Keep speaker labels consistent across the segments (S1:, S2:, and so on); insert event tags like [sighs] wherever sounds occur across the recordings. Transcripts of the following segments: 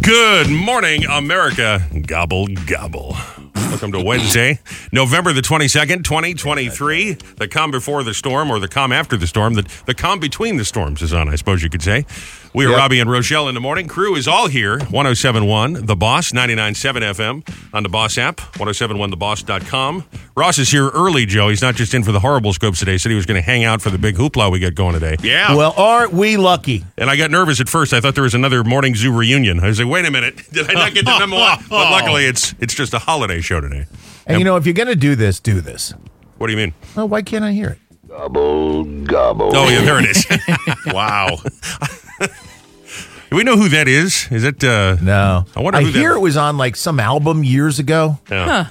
S1: Good morning, America. Gobble, gobble. Welcome to Wednesday, November the 22nd, 2023. The calm before the storm or the calm after the storm, the, the calm between the storms is on, I suppose you could say. We are
S2: Yep.
S1: Robbie and Rochelle in the morning. Crew is all here. 1071 The Boss, 997 FM on the Boss app, 1071theboss.com. Ross is here early, Joe. He's not just in for the horrible scopes today. Said he was going to hang out for the big hoopla we got going today.
S3: Yeah.
S2: Well, aren't we lucky?
S1: And I got nervous at first. I thought there was another morning zoo reunion. I was like, wait a minute, [laughs] did I not get the memo? but
S2: Oh.
S1: luckily, it's it's just a holiday show today.
S2: And you know, if you're going to do this, do this.
S1: What do you mean?
S2: [laughs] Well, why can't I hear it?
S1: Oh yeah, there
S2: [laughs]
S1: it is.
S3: wow.
S1: do [laughs] we know who that is? Is it? Uh,
S2: No.
S1: [laughs] I wonder
S2: I
S1: who that-
S2: hear it was on like some album years ago.
S1: Yeah.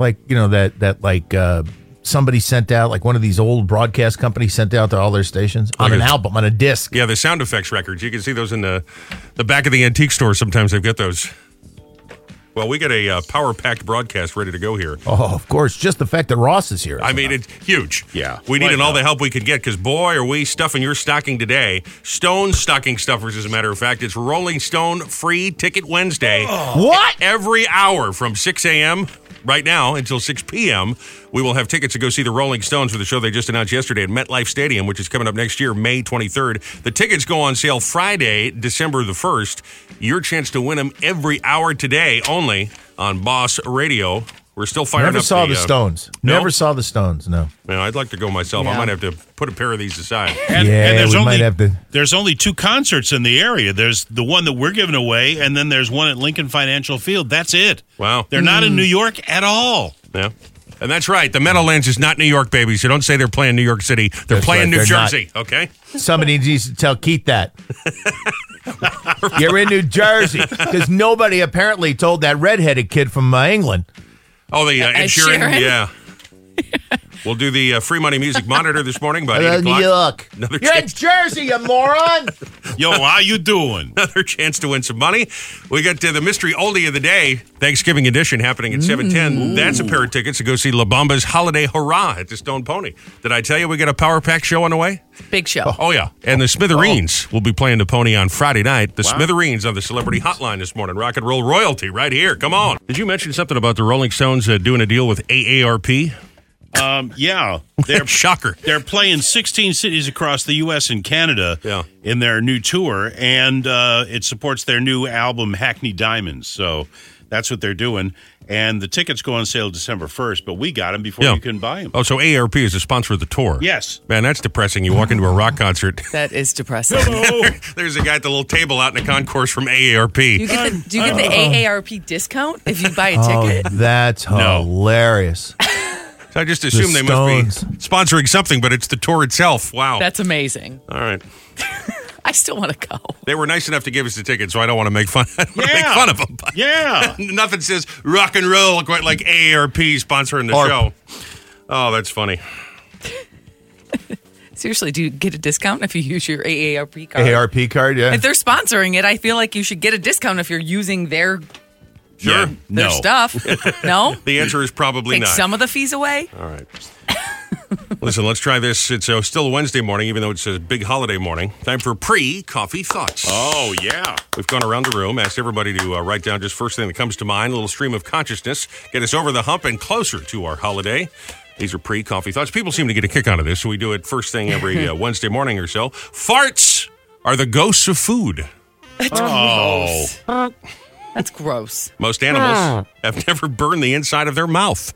S2: Like, you know, that, that like uh, somebody sent out, like one of these old broadcast companies sent out to all their stations on
S1: Like
S2: an
S1: a-
S2: album, on a disc.
S1: Yeah, the sound effects records. You can see those in the the back of the antique store. Sometimes they've got those. Well, we got a uh, power packed broadcast ready to go here.
S2: Oh, of course. Just the fact that Ross is here.
S1: I mean, it's huge.
S3: Yeah.
S1: We
S3: Why
S1: needed all
S3: not?
S1: the help we could get because, boy, are we stuffing your stocking today. Stone stocking stuffers, as a matter of fact. It's Rolling Stone Free Ticket Wednesday. E-
S2: what?
S1: Every hour from 6 a.m. right now until 6 p.m., we will have tickets to go see the Rolling Stones for the show they just announced yesterday at MetLife Stadium, which is coming up next year, May 23rd. The tickets go on sale Friday, December the 1st. Your chance to win them every hour today only on Boss Radio. We're still firing
S2: Never
S1: up
S2: saw the,
S1: uh,
S2: Stones.
S1: no?
S2: Never saw the Stones. No.
S1: Man, I'd like to go myself. I
S3: Yeah.
S1: might have to put a pair of these aside.
S3: And,
S2: Yeah,
S3: and there's
S2: we
S3: only,
S2: might have to-
S3: There's only two concerts in the area. There's the one that we're giving away, and then there's one at Lincoln Financial Field. That's it.
S1: Wow.
S3: They're not
S2: Hmm.
S3: in New York at all.
S1: Yeah. And that's right. The Meadowlands is not New York, baby. So don't say they're playing New York City. They're
S2: That's
S1: playing
S2: right,
S1: New
S2: they're not.
S1: Jersey. Okay.
S2: Somebody needs to tell Keith
S1: [laughs]
S2: that. You're in New Jersey because nobody apparently told that redheaded kid from uh, England.
S1: Oh, the uh, Ed
S4: Ed
S1: Sheeran.
S4: Sheeran.
S1: Yeah. we'll do the uh, free money music monitor this morning by
S2: Uh,
S1: eight
S2: New
S1: o'clock.
S2: York.
S1: Another
S2: You're in
S1: chance.
S2: Jersey, you moron.
S3: Yo, how you doing?
S1: [laughs] Another chance to win some money. We got uh, the mystery oldie of the day, Thanksgiving edition, happening at seven ten. That's a pair of tickets to go see La Bamba's Holiday Hurrah at the Stone Pony. Did I tell you we got a power pack show on the way?
S4: Big show.
S1: Oh yeah, and the Smithereens will be playing the pony on Friday night. The Smithereens on the Celebrity Hotline this morning. Rock and roll royalty right here. Come on. Did you mention something about the Rolling Stones uh, doing a deal with AARP?
S3: Um,
S1: [laughs]
S3: yeah, they're
S1: Shocker.
S3: they're playing 16 cities across the U.S. and Canada
S1: Yeah.
S3: in their new tour, and uh, it supports their new album Hackney Diamonds. So that's what they're doing, and the tickets go on sale December 1st. But we got them before
S1: Yeah.
S3: you can buy them.
S1: Oh, so AARP is the sponsor of the tour.
S3: Yes.
S1: Man, that's depressing. You walk into a rock concert.
S4: That is depressing.
S1: [laughs] There's a guy at the little table out in the concourse from AARP.
S4: You get the, do you get the AARP discount if you buy a
S2: Uh-huh. [laughs] Oh,
S4: ticket?
S2: that's hilarious.
S1: [laughs] So I just assume they must be
S2: Stones.
S1: sponsoring something, but it's the tour itself. Wow.
S4: That's amazing.
S1: All right.
S4: I still want to go.
S1: They were nice enough to give us the ticket, so I don't want to make fun. [laughs] I don't wanna
S3: Yeah.
S1: make fun of them. but-
S3: Yeah.
S1: [laughs] Nothing says rock and roll quite like AARP sponsoring the
S2: Arp.
S1: show. Oh, that's funny.
S4: Seriously, do you get a discount if you use your AARP card?
S2: ARP card, yeah.
S4: If they're sponsoring it, I feel like you should get a discount if you're using their
S1: Sure.
S3: Yeah.
S4: their
S3: No.
S4: stuff.
S2: [laughs]
S4: No?
S1: The answer is probably
S4: Take
S1: not.
S4: some of the fees away?
S1: All right. [laughs] Listen, let's try this. It's uh, still Wednesday morning, even though it's a big holiday morning. Time for pre coffee thoughts.
S3: Oh yeah.
S1: We've gone around the room, asked everybody to uh, write down just first thing that comes to mind, a little stream of consciousness, get us over the hump and closer to our holiday. These are pre coffee thoughts. People seem to get a kick out of this, so we do it first thing every
S3: [laughs]
S1: uh, Wednesday morning or so. Farts are the ghosts of food.
S3: Oh.
S4: That's gross.
S1: Most animals
S3: Hmm.
S1: have [laughs] never burned the inside of their mouth.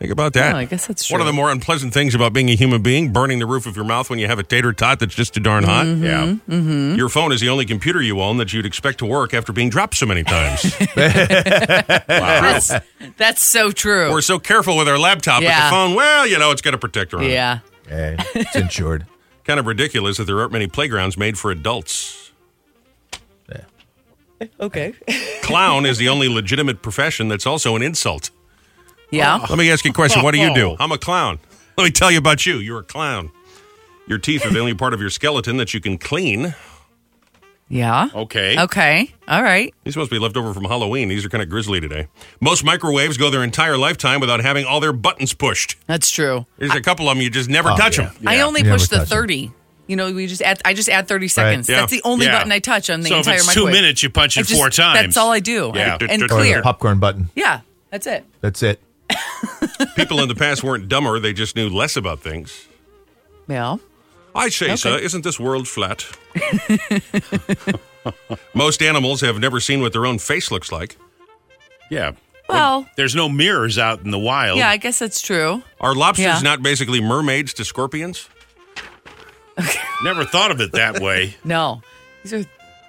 S1: Think about
S3: Oh,
S1: that.
S4: Well, I guess that's
S1: One of
S4: true.
S1: the more unpleasant things about being a human being, burning the roof of your mouth when you have a tater tot that's just too darn hot.
S4: Mm-hmm.
S3: Yeah.
S1: Your phone is the only computer you own that you'd expect to work after being dropped so many
S4: [laughs]
S1: times.
S4: That's, that's so true.
S1: We're so careful with our laptop, but the
S4: Yeah.
S1: phone, well, you know, it's got a protector on it.
S4: yeah.
S2: Eh,
S4: [laughs]
S2: it's insured.
S1: Kind of ridiculous that there aren't many playgrounds made for adults.
S4: Okay.
S1: Clown is the only legitimate profession that's also an insult.
S4: Yeah.
S1: Let me ask you a question. What do you do? I'm a clown. Let me tell you about you. You're a clown. Your teeth are the only part of your skeleton that you can clean.
S4: Yeah.
S3: Okay.
S4: Okay. All right.
S1: These must be left over from Halloween. These are kind of grisly today. Most microwaves go their entire lifetime without having all their buttons pushed.
S4: That's true.
S1: There's a couple of them Oh, you just never touch
S2: yeah.
S1: them.
S4: I only
S2: Never
S4: pushed the
S2: touch it.
S4: 30 You know, we just add. I just add thirty seconds.
S1: Yeah.
S4: That's the only
S3: Yeah.
S4: button I touch on the
S3: So if
S4: entire
S3: it's two
S4: microwave.
S3: minutes, you punch
S4: I
S3: it four times.
S4: That's all I do.
S3: Yeah.
S4: And,
S1: Or the
S2: Or the
S4: clear.
S2: popcorn button.
S4: Yeah, that's it.
S2: That's it.
S1: People in the past weren't dumber; they just knew less about things.
S4: Yeah.
S1: I say, sir, isn't this world flat? [laughs] Most animals have never seen what their own face looks like.
S3: Yeah.
S4: Well,
S3: There's no mirrors out in the wild.
S4: yeah, I guess that's true.
S1: Are lobsters
S4: Yeah.
S1: not basically mermaids to scorpions?
S3: Never thought of it that way.
S4: No, these are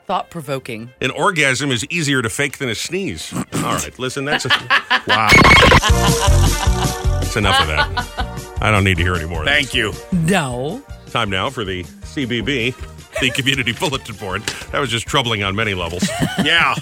S4: thought provoking.
S1: [laughs] An orgasm is easier to fake than a sneeze. [clears throat] All right, listen, that's,
S3: [laughs] Wow.
S1: that's enough of that. I don't need to hear any more. of that.
S3: Thank you.
S4: No.
S1: Time now for the CBB, the Community Bulletin Board. That was just troubling on many levels.
S3: Yeah.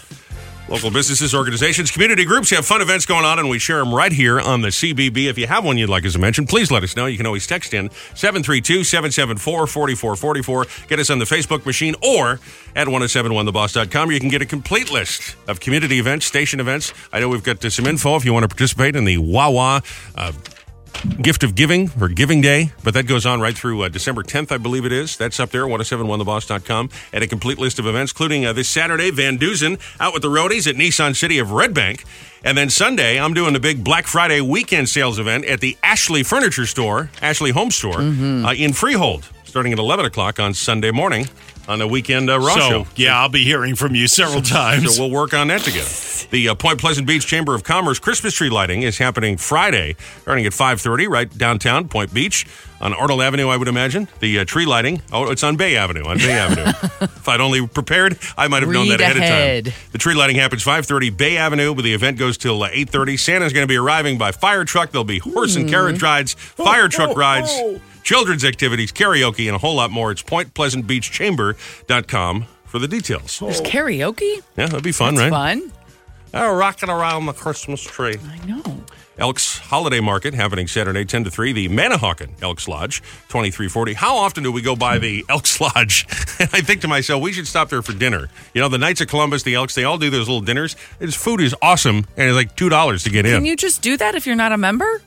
S1: Local businesses, organizations, community groups have fun events going on, and we share them right here on the CBB. If you have one you'd like us to mention, please let us know. You can always text in 732 774 4444. Get us on the Facebook machine or at 1071theboss.com. You can get a complete list of community events, station events. I know we've got uh, some info if you want to participate in the Wawa uh, gift of giving or giving day but that goes on right through uh, december 10th i believe it is that's up there 1071theboss.com and a complete list of events including uh, this saturday van dusen out with the roadies at nissan city of red bank and then sunday i'm doing the big black friday weekend sales event at the ashley furniture store ashley home store uh, in freehold starting at 11 o'clock on sunday morning on the weekend uh, raw
S3: So,
S1: show
S3: yeah, I'll be hearing from you several times.
S1: so we'll work on that together. The uh, Point Pleasant Beach Chamber of Commerce Christmas tree lighting is happening Friday, starting at 5:30 right downtown Point Beach on Arnold Avenue. I would imagine the uh, tree lighting. Oh, it's on Bay Avenue.
S4: [laughs]
S1: On Bay Avenue. If I'd only prepared, I might have known
S4: Read
S1: that ahead,
S4: ahead.
S1: of time. The tree lighting happens 5:30 Bay Avenue, but the event goes till uh, 8:30. Santa's going to be arriving by fire truck. There'll be horse
S4: Hmm.
S1: and carriage rides, fire
S4: Oh,
S1: truck rides. Children's activities, karaoke, and a whole lot more. It's pointpleasantbeachchamber.com for the details.
S4: There's karaoke.
S1: Yeah, that'd Oh. be fun,
S4: It's
S1: right?
S4: fun.
S1: Oh, rocking around the Christmas tree.
S4: I know.
S1: Elks Holiday Market happening Saturday, 10 to 3. The Manahawkin Elks Lodge, 2340. How often do we go by the [laughs] Elks Lodge? And I think to myself, we should stop there for dinner. You know, the Knights of Columbus, the Elks, they all do those little dinners. Its food is awesome, and it's like $2 to get in.
S4: Can you just do that if you're not a member?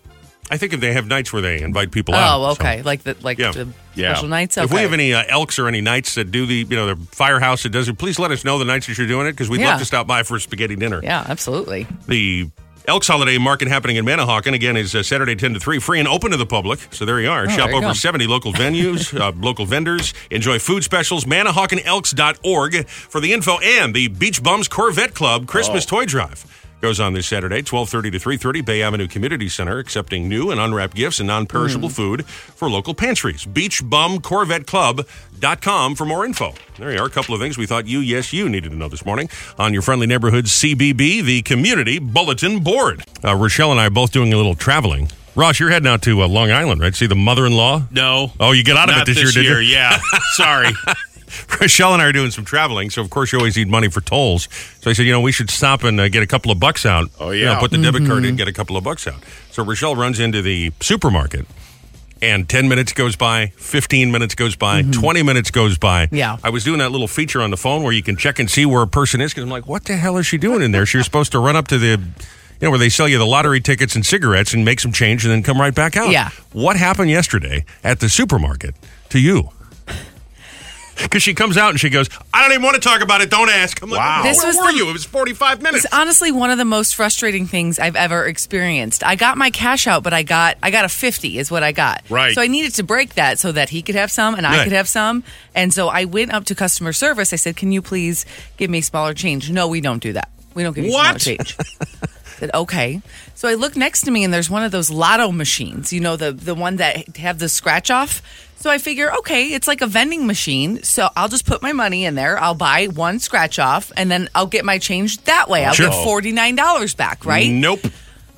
S1: I think if they have nights where they invite people out.
S4: Oh,
S1: so.
S4: okay. Like the like
S1: Yeah.
S4: the
S3: Yeah.
S4: special nights.
S1: If we
S4: Okay.
S1: have any uh, elks or any knights that do the, you know, the firehouse that does it, please let us know the nights that you're doing it because we'd
S4: Yeah.
S1: love to stop by for a spaghetti dinner.
S4: Yeah, absolutely.
S1: The Elks Holiday Market happening in Manahawkin again is uh, Saturday 10 to 3, free and open to the public. So there you are. Shop
S4: Oh, there you
S1: over
S4: go.
S1: 70 local
S4: [laughs]
S1: venues, uh, local vendors. Enjoy food specials. ManahawkinElks.org for the info and the Beach Bums Corvette Club Christmas
S4: Oh.
S1: Toy Drive. Goes on this Saturday, 12:30 to 3:30, Bay Avenue Community Center, accepting new and unwrapped gifts and non-perishable food for local pantries. BeachBumCorvetteClub.com for more info. There you are, a couple of things we thought you, yes, you needed to know this morning on your friendly neighborhood CBB, the Community Bulletin Board. Uh, Rochelle and I are both doing a little traveling. Ross, you're heading out to uh, Long Island, right? See the mother-in-law.
S3: No.
S1: Oh, you get out of
S3: Not
S1: it this, year, did you? [laughs]
S3: Yeah. Sorry.
S1: Rochelle and I are doing some traveling, so of course you always need money for tolls. So I said, you know, we should stop and uh, get a couple of bucks out.
S3: Oh,
S1: You know,
S3: yeah.
S1: put the debit card in, get a couple of bucks out. So Rochelle runs into the supermarket, and ten minutes goes by, fifteen minutes goes by, twenty minutes goes by.
S4: Yeah.
S1: I was doing that little feature on the phone where you can check and see where a person is. Because I'm like, what the hell is she doing in there? She was supposed to run up to the. You know, where they sell you the lottery tickets and cigarettes and make some change and then come right back out.
S4: Yeah.
S1: What happened yesterday at the supermarket to you? [laughs] Because she comes out and she goes, I don't even want to talk about it. Don't ask. I'm like,
S3: Wow.
S1: where
S4: This was
S1: were
S4: the-
S1: you? It was 45 minutes.
S4: It's honestly one of the most frustrating things I've ever experienced. I got my cash out, but I got I got a fifty is what I got.
S3: Right.
S4: So I needed to break that so that he could have some and I
S1: Right.
S4: could have some. And so I went up to customer service. I said, "Can you please give me smaller change?" No, we don't do that. We don't give you
S3: What?
S4: smaller change. I said, okay. So I look next to me and there's one of those lotto machines, you know, the the one that have the scratch off. So I figure, okay, it's like a vending machine. So I'll just put my money in there. I'll buy one scratch off and then I'll get my change that way. I'll
S1: Sure.
S4: get $49 back, right?
S1: Nope.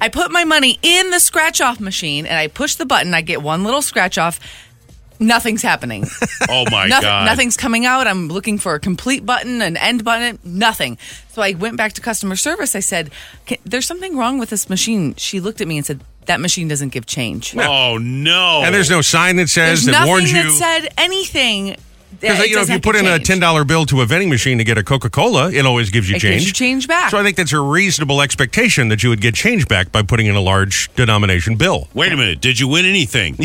S4: I put my money in the scratch off machine and I push the button. I get one little scratch off. Nothing's happening.
S1: [laughs]
S3: Oh, my
S4: Nothing,
S3: God.
S4: Nothing's coming out. I'm looking for a complete button, an end button, nothing. So I went back to customer service. I said, "Can- There's something wrong with this machine. She looked at me and said, That machine doesn't give change.
S3: Oh, no.
S1: And there's no sign that says
S4: There's
S1: that
S4: nothing
S1: warns
S4: that
S1: you.
S4: said anything Yeah,
S1: Because
S4: it
S1: you know,
S4: does
S1: if you
S4: have
S1: put in a
S4: change.
S1: ten dollar bill to a vending machine to get a Coca Cola, it always gives you
S4: It gives
S1: change.
S4: you change
S1: [laughs]
S4: back.
S1: So I think that's a reasonable expectation that you would get change back by putting in a large denomination bill.
S3: Wait a minute. Did you win anything?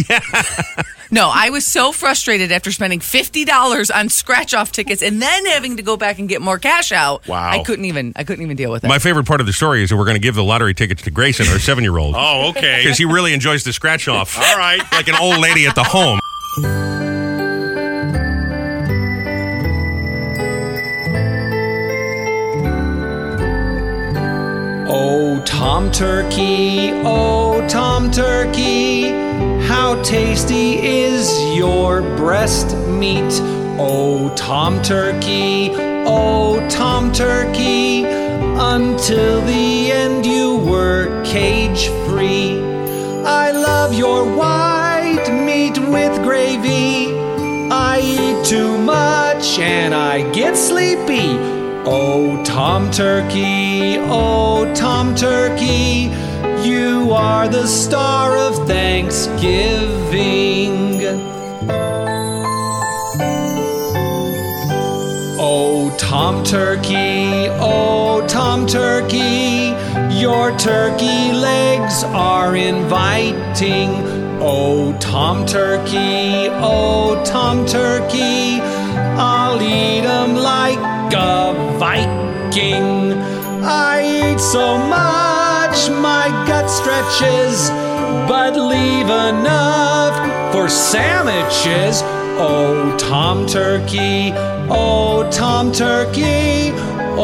S4: No, I was so frustrated after spending fifty dollars on scratch off tickets and then having to go back and get more cash out.
S3: Wow.
S4: I couldn't even I couldn't even deal with it.
S1: My favorite part of the story is that we're going to give the lottery tickets to Grayson, our seven year old,
S3: [laughs] Oh, okay.
S1: because he really enjoys the scratch
S3: [laughs]
S1: off.
S3: All right.
S1: like an old lady at the home.
S5: Oh, Tom Turkey, oh, Tom Turkey, how tasty is your breast meat? Oh, Tom Turkey, oh, Tom Turkey, until the end you were cage free. I love your white meat with gravy. I eat too much and I get sleepy. Oh, Tom Turkey, oh, Tom Turkey, you are the star of Thanksgiving. Oh, Tom Turkey, oh, Tom Turkey, your turkey legs are inviting. Oh, Tom Turkey, oh, Tom Turkey, I'll eat 'em like a Viking. I eat so much, my gut stretches, but leave enough for sandwiches. Oh, Tom Turkey, oh, Tom Turkey,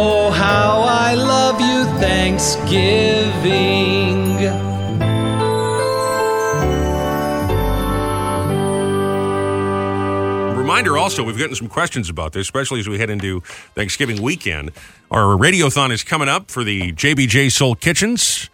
S5: oh, how I love you, Thanksgiving.
S1: Reminder also, we've gotten some questions about this, especially as we head into Thanksgiving weekend. Our radiothon is coming up for the JBJ Soul Kitchens.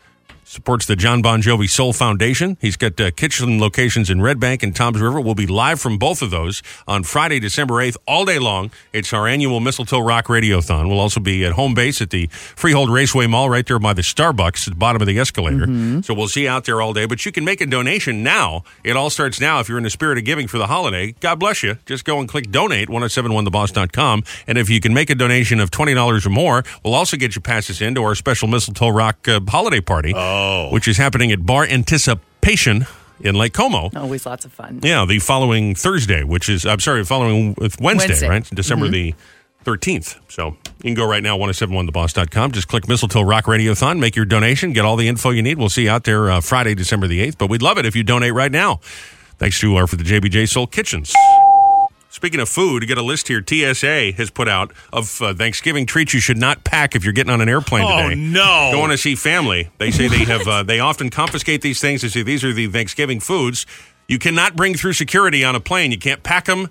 S1: Supports the John Bon Jovi Soul Foundation. He's got uh, kitchen locations in Red Bank and Toms River. We'll be live from both of those on Friday, December 8th, all day long. It's our annual Mistletoe Rock Radiothon. We'll also be at home base at the Freehold Raceway Mall right there by the Starbucks at the bottom of the escalator.
S4: Mm-hmm.
S1: So we'll see you out there all day. But you can make a donation now. It all starts now if you're in the spirit of giving for the holiday. God bless you. Just go and click donate 1071theboss.com. And if you can make a donation of $20 or more, we'll also get you passes into our special Mistletoe Rock uh, holiday party, oh. which is happening at Bar Anticipation in Lake Como.
S4: Always lots of fun.
S1: Yeah, the following Thursday, which is, I'm sorry, following Wednesday,
S4: Wednesday.
S1: right? December the 13th. So you can go right now, 1071theboss.com. Just click Mistletoe Rock Radiothon, make your donation, get all the info you need. We'll see you out there uh, Friday, December the 8th. But we'd love it if you donate right now. Thanks to our for the JBJ Soul Kitchens. Speaking of food, you got a list here TSA has put out of uh, Thanksgiving treats you should not pack if you're getting on an airplane
S3: Oh,
S1: today.
S3: no.
S1: Going to see family. They say they have uh, they often confiscate these things and say these are the Thanksgiving foods. You cannot bring through security on a plane. You can't pack them.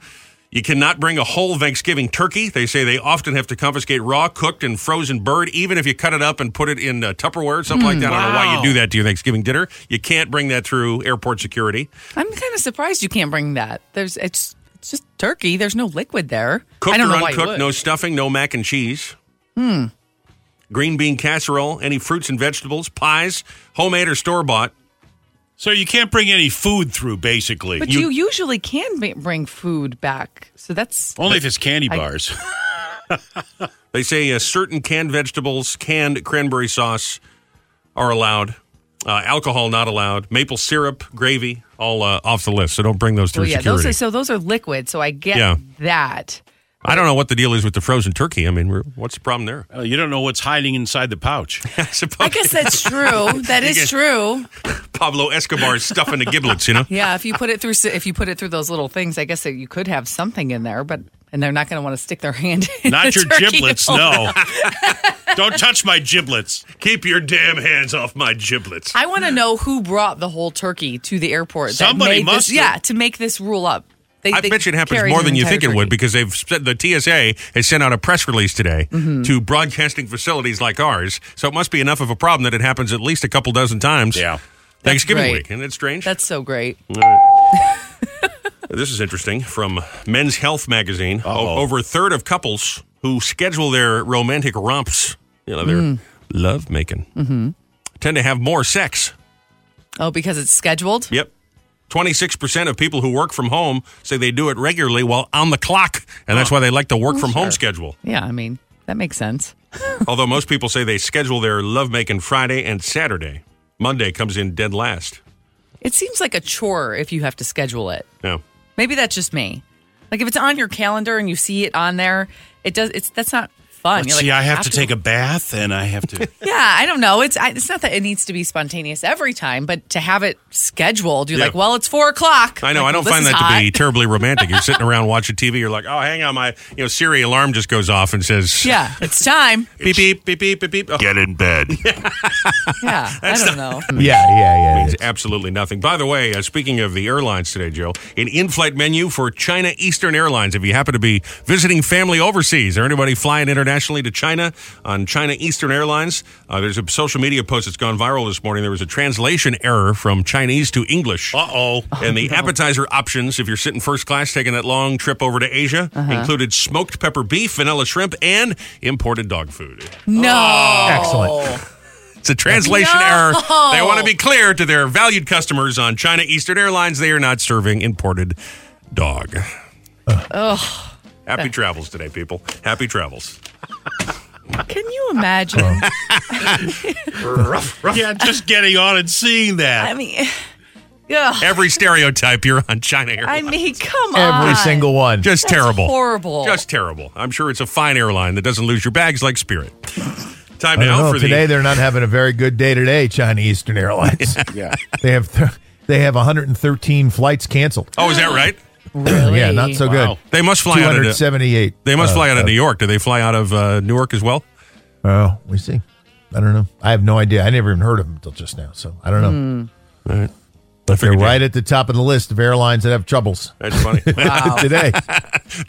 S1: You cannot bring a whole Thanksgiving turkey. They say they often have to confiscate raw, cooked, and frozen bird, even if you cut it up and put it in uh, Tupperware or
S4: Hmm,
S1: something like that. I don't know why
S3: wow.
S1: you do that to your Thanksgiving dinner. You can't bring that through airport security.
S4: I'm kind of surprised you can't bring that. There's it's it's just turkey. There's no liquid there.
S1: Cooked
S4: I don't
S1: or
S4: know why you
S1: uncooked,
S4: would.
S1: no stuffing, no mac and cheese. Hmm. Green bean casserole, any fruits and vegetables, pies, homemade or store bought.
S3: So you can't bring any food through, basically.
S4: But you, usually can b- bring food back, so that's
S3: Only if it's candy bars.
S4: [laughs]
S1: They say uh, certain canned vegetables, canned cranberry sauce are allowed. Uh, alcohol not allowed. Maple syrup, gravy, all uh, off the list. So don't bring those through
S4: well, Oh, yeah.
S1: security.
S4: Those are so those are liquid. So I get
S1: Yeah.
S4: that.
S1: I don't know what the deal is with the frozen turkey. I mean, we're, what's the problem there?
S3: Uh, you don't know what's hiding inside the pouch.
S1: [laughs] I suppose
S4: I guess that's true. That
S1: guess-
S4: is true.
S1: Pablo Escobar is stuffing the giblets, you know?
S4: Yeah, if you put it through if you put it through those little things, I guess that you could have something in there, but and they're not going to want to stick their hand. [laughs]
S3: [laughs]
S4: in
S3: Not
S4: the
S3: your
S4: turkey
S3: giblets,
S4: hole. [laughs]
S3: no. don't touch my giblets.
S1: Keep your damn hands off my giblets.
S4: I want to know who brought the whole turkey to the airport. that
S3: Somebody
S4: made
S3: must
S4: this,
S3: have.
S4: yeah, to make this rule up. They,
S1: I
S4: they
S1: bet you it happens
S4: carried
S1: more
S4: an
S1: than you
S4: entire
S1: think it would
S4: turkey.
S1: because they've said the TSA has sent out a press release today
S4: Mm-hmm.
S1: to broadcasting facilities like ours. So it must be enough of a problem that it happens at least a couple dozen times.
S3: Yeah.
S1: Thanksgiving
S4: great.
S1: week. Isn't it strange?
S4: That's so great.
S1: [laughs] This is interesting from Men's Health magazine.
S3: Uh-oh.
S1: O- Over a third of couples who schedule their romantic romps, you know, their
S4: Mm.
S1: love
S4: mm-hmm.
S1: making, tend to have more sex.
S4: Oh, because it's scheduled.
S1: Yep. 26% of people who work from home say they do it regularly while on the clock, and that's why they like the work
S4: Oh,
S1: from home schedule.
S4: Yeah, I mean, that makes sense.
S1: Although most people say they schedule their lovemaking Friday and Saturday. Monday comes in dead last.
S4: It seems like a chore if you have to schedule it.
S1: No.
S4: Maybe that's just me. Like if it's on your calendar and you see it on there, it does. It's that's not fun.
S3: But
S4: You're like,
S3: see, I have to take a bath and I have to.
S4: [laughs] Yeah, I don't know. It's I, it's not that it needs to be spontaneous every time, but to have it scheduled, you're
S1: Yeah.
S4: like, well, it's four o'clock.
S1: I know.
S4: Like,
S1: I don't
S4: well,
S1: find
S4: this
S1: that
S4: is
S1: to be
S4: hot.
S1: terribly romantic. You're sitting
S4: [laughs]
S1: around watching TV. You're like, oh, hang on, my you know Siri alarm just goes off and says,
S4: Yeah, it's
S1: [laughs]
S4: time.
S1: beep beep beep beep beep beep. Oh,
S3: Get in bed.
S4: Yeah, I don't know.
S1: [laughs]
S2: Yeah, yeah, yeah.
S1: means absolutely nothing. By the way, uh, speaking of the airlines today, Joe, an in-flight menu for China Eastern Airlines. If you happen to be visiting family overseas or anybody flying internationally to China on China Eastern Airlines, uh, there's a social media post that's gone viral this morning. There was a translation error from Chinese to English.
S3: Uh oh.
S1: And the appetizer options, if you're sitting first class taking that long trip over to Asia, included smoked pepper beef, vanilla shrimp, and imported dog food. Oh.
S4: No,
S2: Excellent.
S1: [laughs] It's a translation
S4: No.
S1: error. They want to be clear to their valued customers on China Eastern Airlines they are not serving imported dog. Ugh. Happy travels today, people. Happy travels.
S4: Can you imagine?
S2: Oh.
S1: [laughs]
S3: Yeah, just getting on and seeing that.
S4: I mean, yeah.
S1: Every stereotype you're on China
S4: I
S1: Airlines.
S4: mean, come on.
S2: Every single one.
S1: Just terrible.
S4: horrible.
S1: Just terrible. I'm sure it's a fine airline that doesn't lose your bags like Spirit. Time
S2: I don't
S1: now
S2: know.
S1: for
S2: Today
S1: the
S2: they're not having a very good day today. China Eastern
S1: [laughs]
S2: Airlines. [laughs]
S6: Yeah.
S2: they have th- they have 113 flights canceled.
S1: Oh, is that right?
S4: really?
S2: [clears throat] Yeah, not so
S3: Wow.
S1: They must
S2: good.
S1: fly out of
S2: 278.
S1: They must
S2: Uh,
S1: fly out of New York. Do they fly out of uh, Newark as well?
S2: Oh, we see. I don't know. I have no idea. I never even heard of them until just now. So I don't know.
S4: Hmm.
S1: I
S2: They're
S1: figured you-
S2: right at the top of the list of airlines that have troubles
S1: That's [laughs]
S4: [laughs]
S1: funny.
S2: [laughs] today.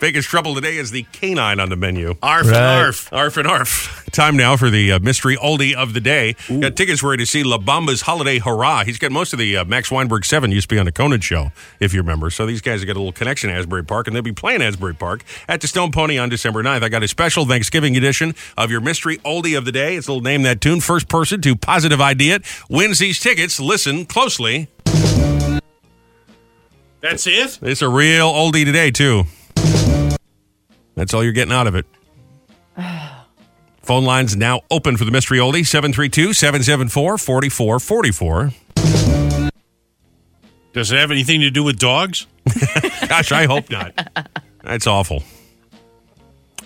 S1: Biggest trouble today is the canine on the menu.
S3: Arf and
S2: Right.
S3: arf.
S1: Arf and arf. Time now for the uh, mystery oldie of the day. Got tickets ready to see La Bamba's Holiday Hurrah. He's got most of the uh, Max Weinberg 7 used to be on the Conan show, if you remember. So these guys have got a little connection to Asbury Park, and they'll be playing Asbury Park at the Stone Pony on December 9th. I got a special Thanksgiving edition of your mystery oldie of the day. It's a little name that tune. First person to positive ID it wins these tickets. Listen closely.
S3: [laughs] That's it?
S1: It's a real oldie today, too. That's all you're getting out of it. [sighs] Phone lines now open for the mystery oldie 732 774 4444.
S3: Does it have anything to do with [laughs] dogs?
S1: Gosh, I hope not. That's awful.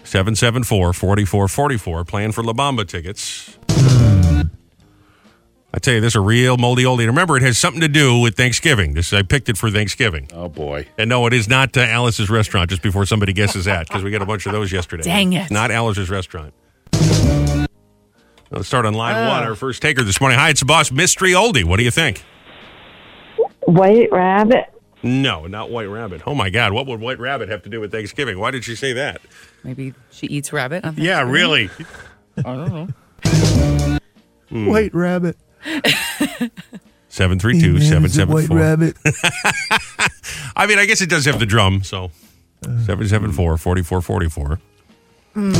S1: 774 4444, playing for La Bamba tickets. I tell you, this is a real moldy oldie. Remember, it has something to do with Thanksgiving. This I picked it for Thanksgiving.
S6: Oh boy.
S1: And no, it is not uh, Alice's Restaurant, just before somebody guesses that, because we got a bunch of those yesterday.
S4: Dang it.
S1: Not Alice's Restaurant. Let's start on line one. Our first taker this morning. Hi, it's the boss, Mystery Oldie. What do you think?
S7: White rabbit.
S1: No, not White Rabbit. Oh, my God. What would White Rabbit have to do with Thanksgiving? Why did she say that?
S4: Maybe she eats rabbit. On
S3: Yeah,
S4: Thanksgiving?
S3: really.
S1: Hmm.
S2: White rabbit.
S1: 732 774.
S2: rabbit.
S1: [laughs] I mean, I guess it does have the drum, so 774 4444. Hmm.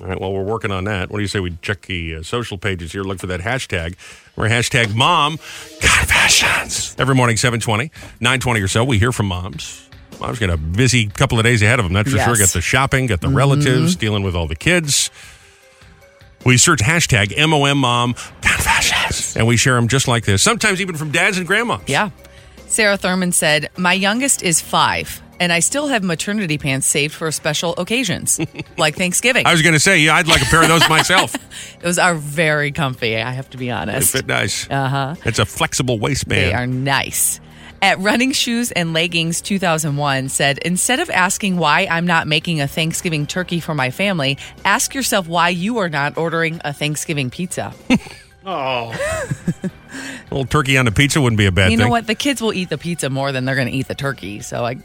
S1: All right, well, we're working on that. What do you say we check the uh, social pages here? Look for that hashtag. We're hashtag mom confessions. Every morning, 720, 920 or so, we hear from moms. Mom's got a busy couple of days ahead of them, that's for sure.
S4: Yes. Mm-hmm.
S1: Got the shopping, got the relatives, dealing with all the kids. We search hashtag MOM mom confessions, and we share them just like this, sometimes even from dads and grandmoms.
S4: Yeah. Sarah Thurman said, My youngest is five, and I still have maternity pants saved for special
S1: [laughs]
S4: occasions, like Thanksgiving.
S1: I was going to say, yeah, I'd like a pair of those myself.
S4: Those are very comfy, I have to be
S1: They
S4: [laughs] honest. Uh-huh.
S1: fit nice. Uh huh. It's a flexible waistband.
S4: They are nice. At Running Shoes and Leggings 2001 said, Instead of asking why I'm not making a Thanksgiving turkey for my family, ask yourself why you are not ordering a Thanksgiving
S1: [laughs]
S4: pizza.
S1: A little turkey on a pizza wouldn't be a bad
S4: you
S1: thing.
S4: know what? The kids will eat the pizza more than they're going to eat the turkey. So I,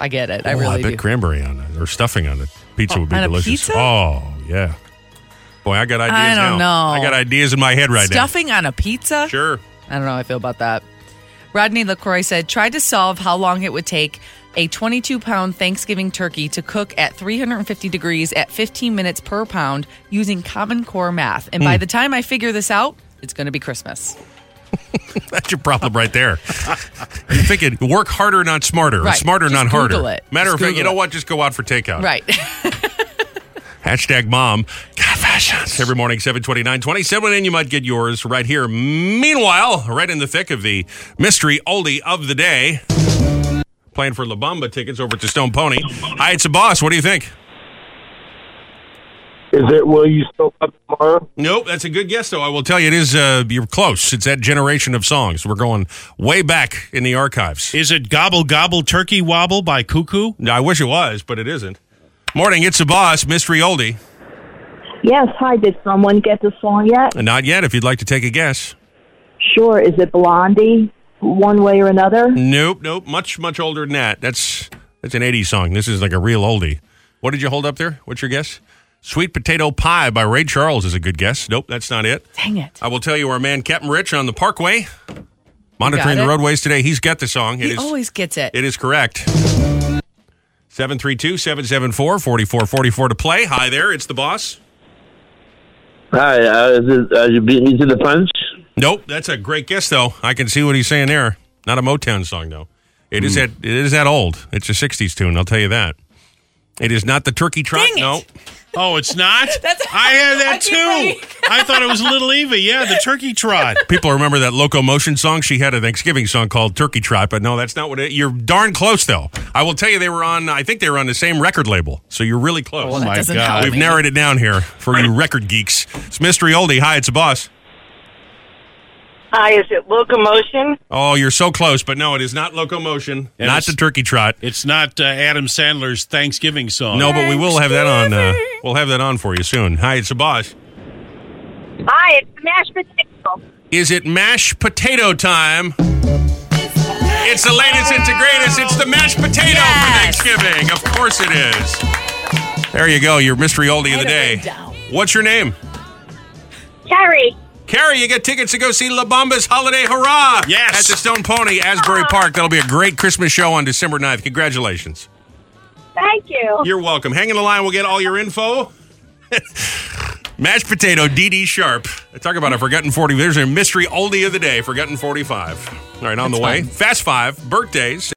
S4: I get it. I
S1: Oh,
S4: really
S1: I bet
S4: do.
S1: cranberry on it or stuffing on it. Pizza would be
S4: on a
S1: delicious.
S4: pizza?
S1: Oh yeah. Boy, I got ideas
S4: I don't
S1: now.
S4: know.
S1: I got ideas in my head right
S4: Stuffing on a pizza?
S1: now. Sure.
S4: I don't know how I feel about that. Rodney LaCroix said, try to solve how long it would take a 22 pound Thanksgiving turkey to cook at 350 degrees at 15 minutes per
S1: Hmm.
S4: pound using Common Core math. And by the time I figure this out, it's going to be Christmas.
S1: [laughs] That's your problem right there. You're thinking work harder, not smarter.
S4: Right.
S1: Smarter,
S4: Just
S1: not harder.
S4: Google it.
S1: Matter
S4: Just
S1: of fact, you
S4: Google
S1: know
S4: it.
S1: what? Just go out for takeout.
S4: Right. [laughs]
S1: Hashtag mom. Confessions. Every morning, 729 27, and you might get yours right here. Meanwhile, right in the thick of the mystery oldie of the day, playing for La Bamba tickets over to Stone Pony. Hi, it's a boss. What do you think?
S6: Is it will you soap up tomorrow?
S1: Nope, that's a good guess, though. I will tell you, it is, uh, you're close. It's that generation of songs. We're going way back in the archives.
S3: Is it Gobble Gobble Turkey Wobble by Cuckoo?
S1: I wish it was, but it isn't. Morning, it's a boss, mystery oldie.
S7: Yes, hi. Did someone get the song yet?
S1: And not yet, if you'd like to take a guess.
S7: Sure. Is it Blondie? One way or another?
S1: Nope, nope. Much, much older than that. That's that's an 80s song. This is like a real oldie. What did you hold up there? What's your guess? Sweet Potato Pie by Ray Charles is a good guess. Nope, that's not it.
S4: Dang it.
S1: I will tell you our man Captain Rich on the Parkway, monitoring
S4: it.
S1: the roadways today. He's got the song. It
S4: He
S1: is-
S4: always gets it.
S1: It is correct. 732 774 4444 to play. Hi there, it's the boss.
S6: Hi, uh, is it, uh, you beat me to the punch.
S1: Nope, that's a great guess though. I can see what he's saying there. Not a Motown song though. It
S3: Hmm.
S1: is that it is that old. It's a '60s tune. I'll tell you that. It is not the Turkey Trot.
S4: Dang it.
S1: No,
S3: Oh, it's not?
S4: [laughs] That's-
S3: I had
S4: I
S3: that
S4: keep waiting.
S3: too. I thought it was Little Eva. Yeah, the turkey [laughs] trot.
S1: people remember that locomotion song. She had a Thanksgiving song called Turkey Trot, but no, that's not what it. You're darn close though. I will tell you, they were on. I think they were on the same record label. So you're really close.
S3: Oh my
S4: doesn't
S3: God.
S4: help.
S1: We've narrowed it down here for you record geeks. It's mystery oldie. Hi, it's a boss.
S8: Hi, is it locomotion?
S1: Oh, you're so close, but no, it is not locomotion.
S3: It
S1: not
S3: is-
S1: the Turkey Trot.
S3: It's not uh, Adam Sandler's Thanksgiving song.
S1: No, but we will have that on. Uh, we'll have that on for you soon. Hi, it's a boss.
S8: Hi, it's the mashed potato.
S1: Is it mashed potato time? It's the latest, it's the greatest. It's the mashed potato
S4: Yes.
S1: for Thanksgiving. Of course it is. There you go, your mystery oldie of the day. What's your name?
S8: Terry.
S1: Carrie, you get tickets to go see La Bamba's Holiday Hurrah
S3: Yes.
S1: at the Stone Pony, Asbury Park. That'll be a great Christmas show on December 9th. Congratulations.
S8: Thank you.
S1: You're welcome. Hang in the line. We'll get all your info. Mashed potato, DD Sharp. Talk about a forgotten 40. There's a mystery oldie of the day, forgotten 45. All right, on the way. Fast Five, birthdays.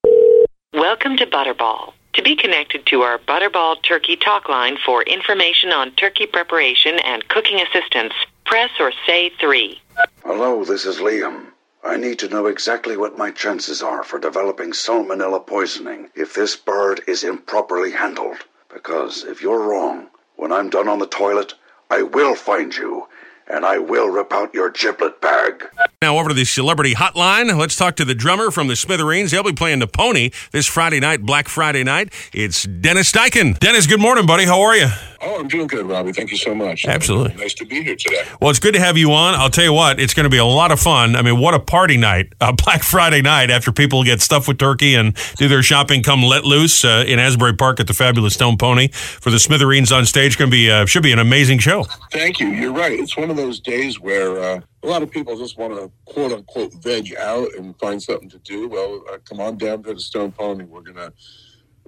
S9: Welcome to Butterball. To be connected to our Butterball Turkey Talk Line for information on turkey preparation and cooking assistance, press or say 3.
S10: Hello, this is Liam. I need to know exactly what my chances are for developing salmonella poisoning if this bird is improperly handled. Because if you're wrong, when I'm done on the toilet, I will find you, and I will rip out your giblet bag.
S1: Now over to the celebrity hotline. Let's talk to the drummer from the Smithereens. They'll be playing the pony this Friday night, Black Friday night. It's Dennis Dyken. Dennis, good morning, buddy. How are you?
S11: Oh, I'm doing good, Robbie. Thank you so much.
S1: Absolutely.
S11: Nice to be here today.
S1: Well, it's good to have you on. I'll tell you what, it's going to be a lot of fun. I mean, what a [laughs] party night, uh, Black Friday night after people get stuffed with turkey and do their shopping, come let loose uh, in Asbury Park at the Fabulous Stone Pony for the Smithereens on stage. Going to be uh, should be an amazing show.
S11: Thank you. You're right. It's one of those days where uh, a lot of people just want to quote unquote veg out and find something to do. Well, uh, come on down to the Stone Pony. We're gonna.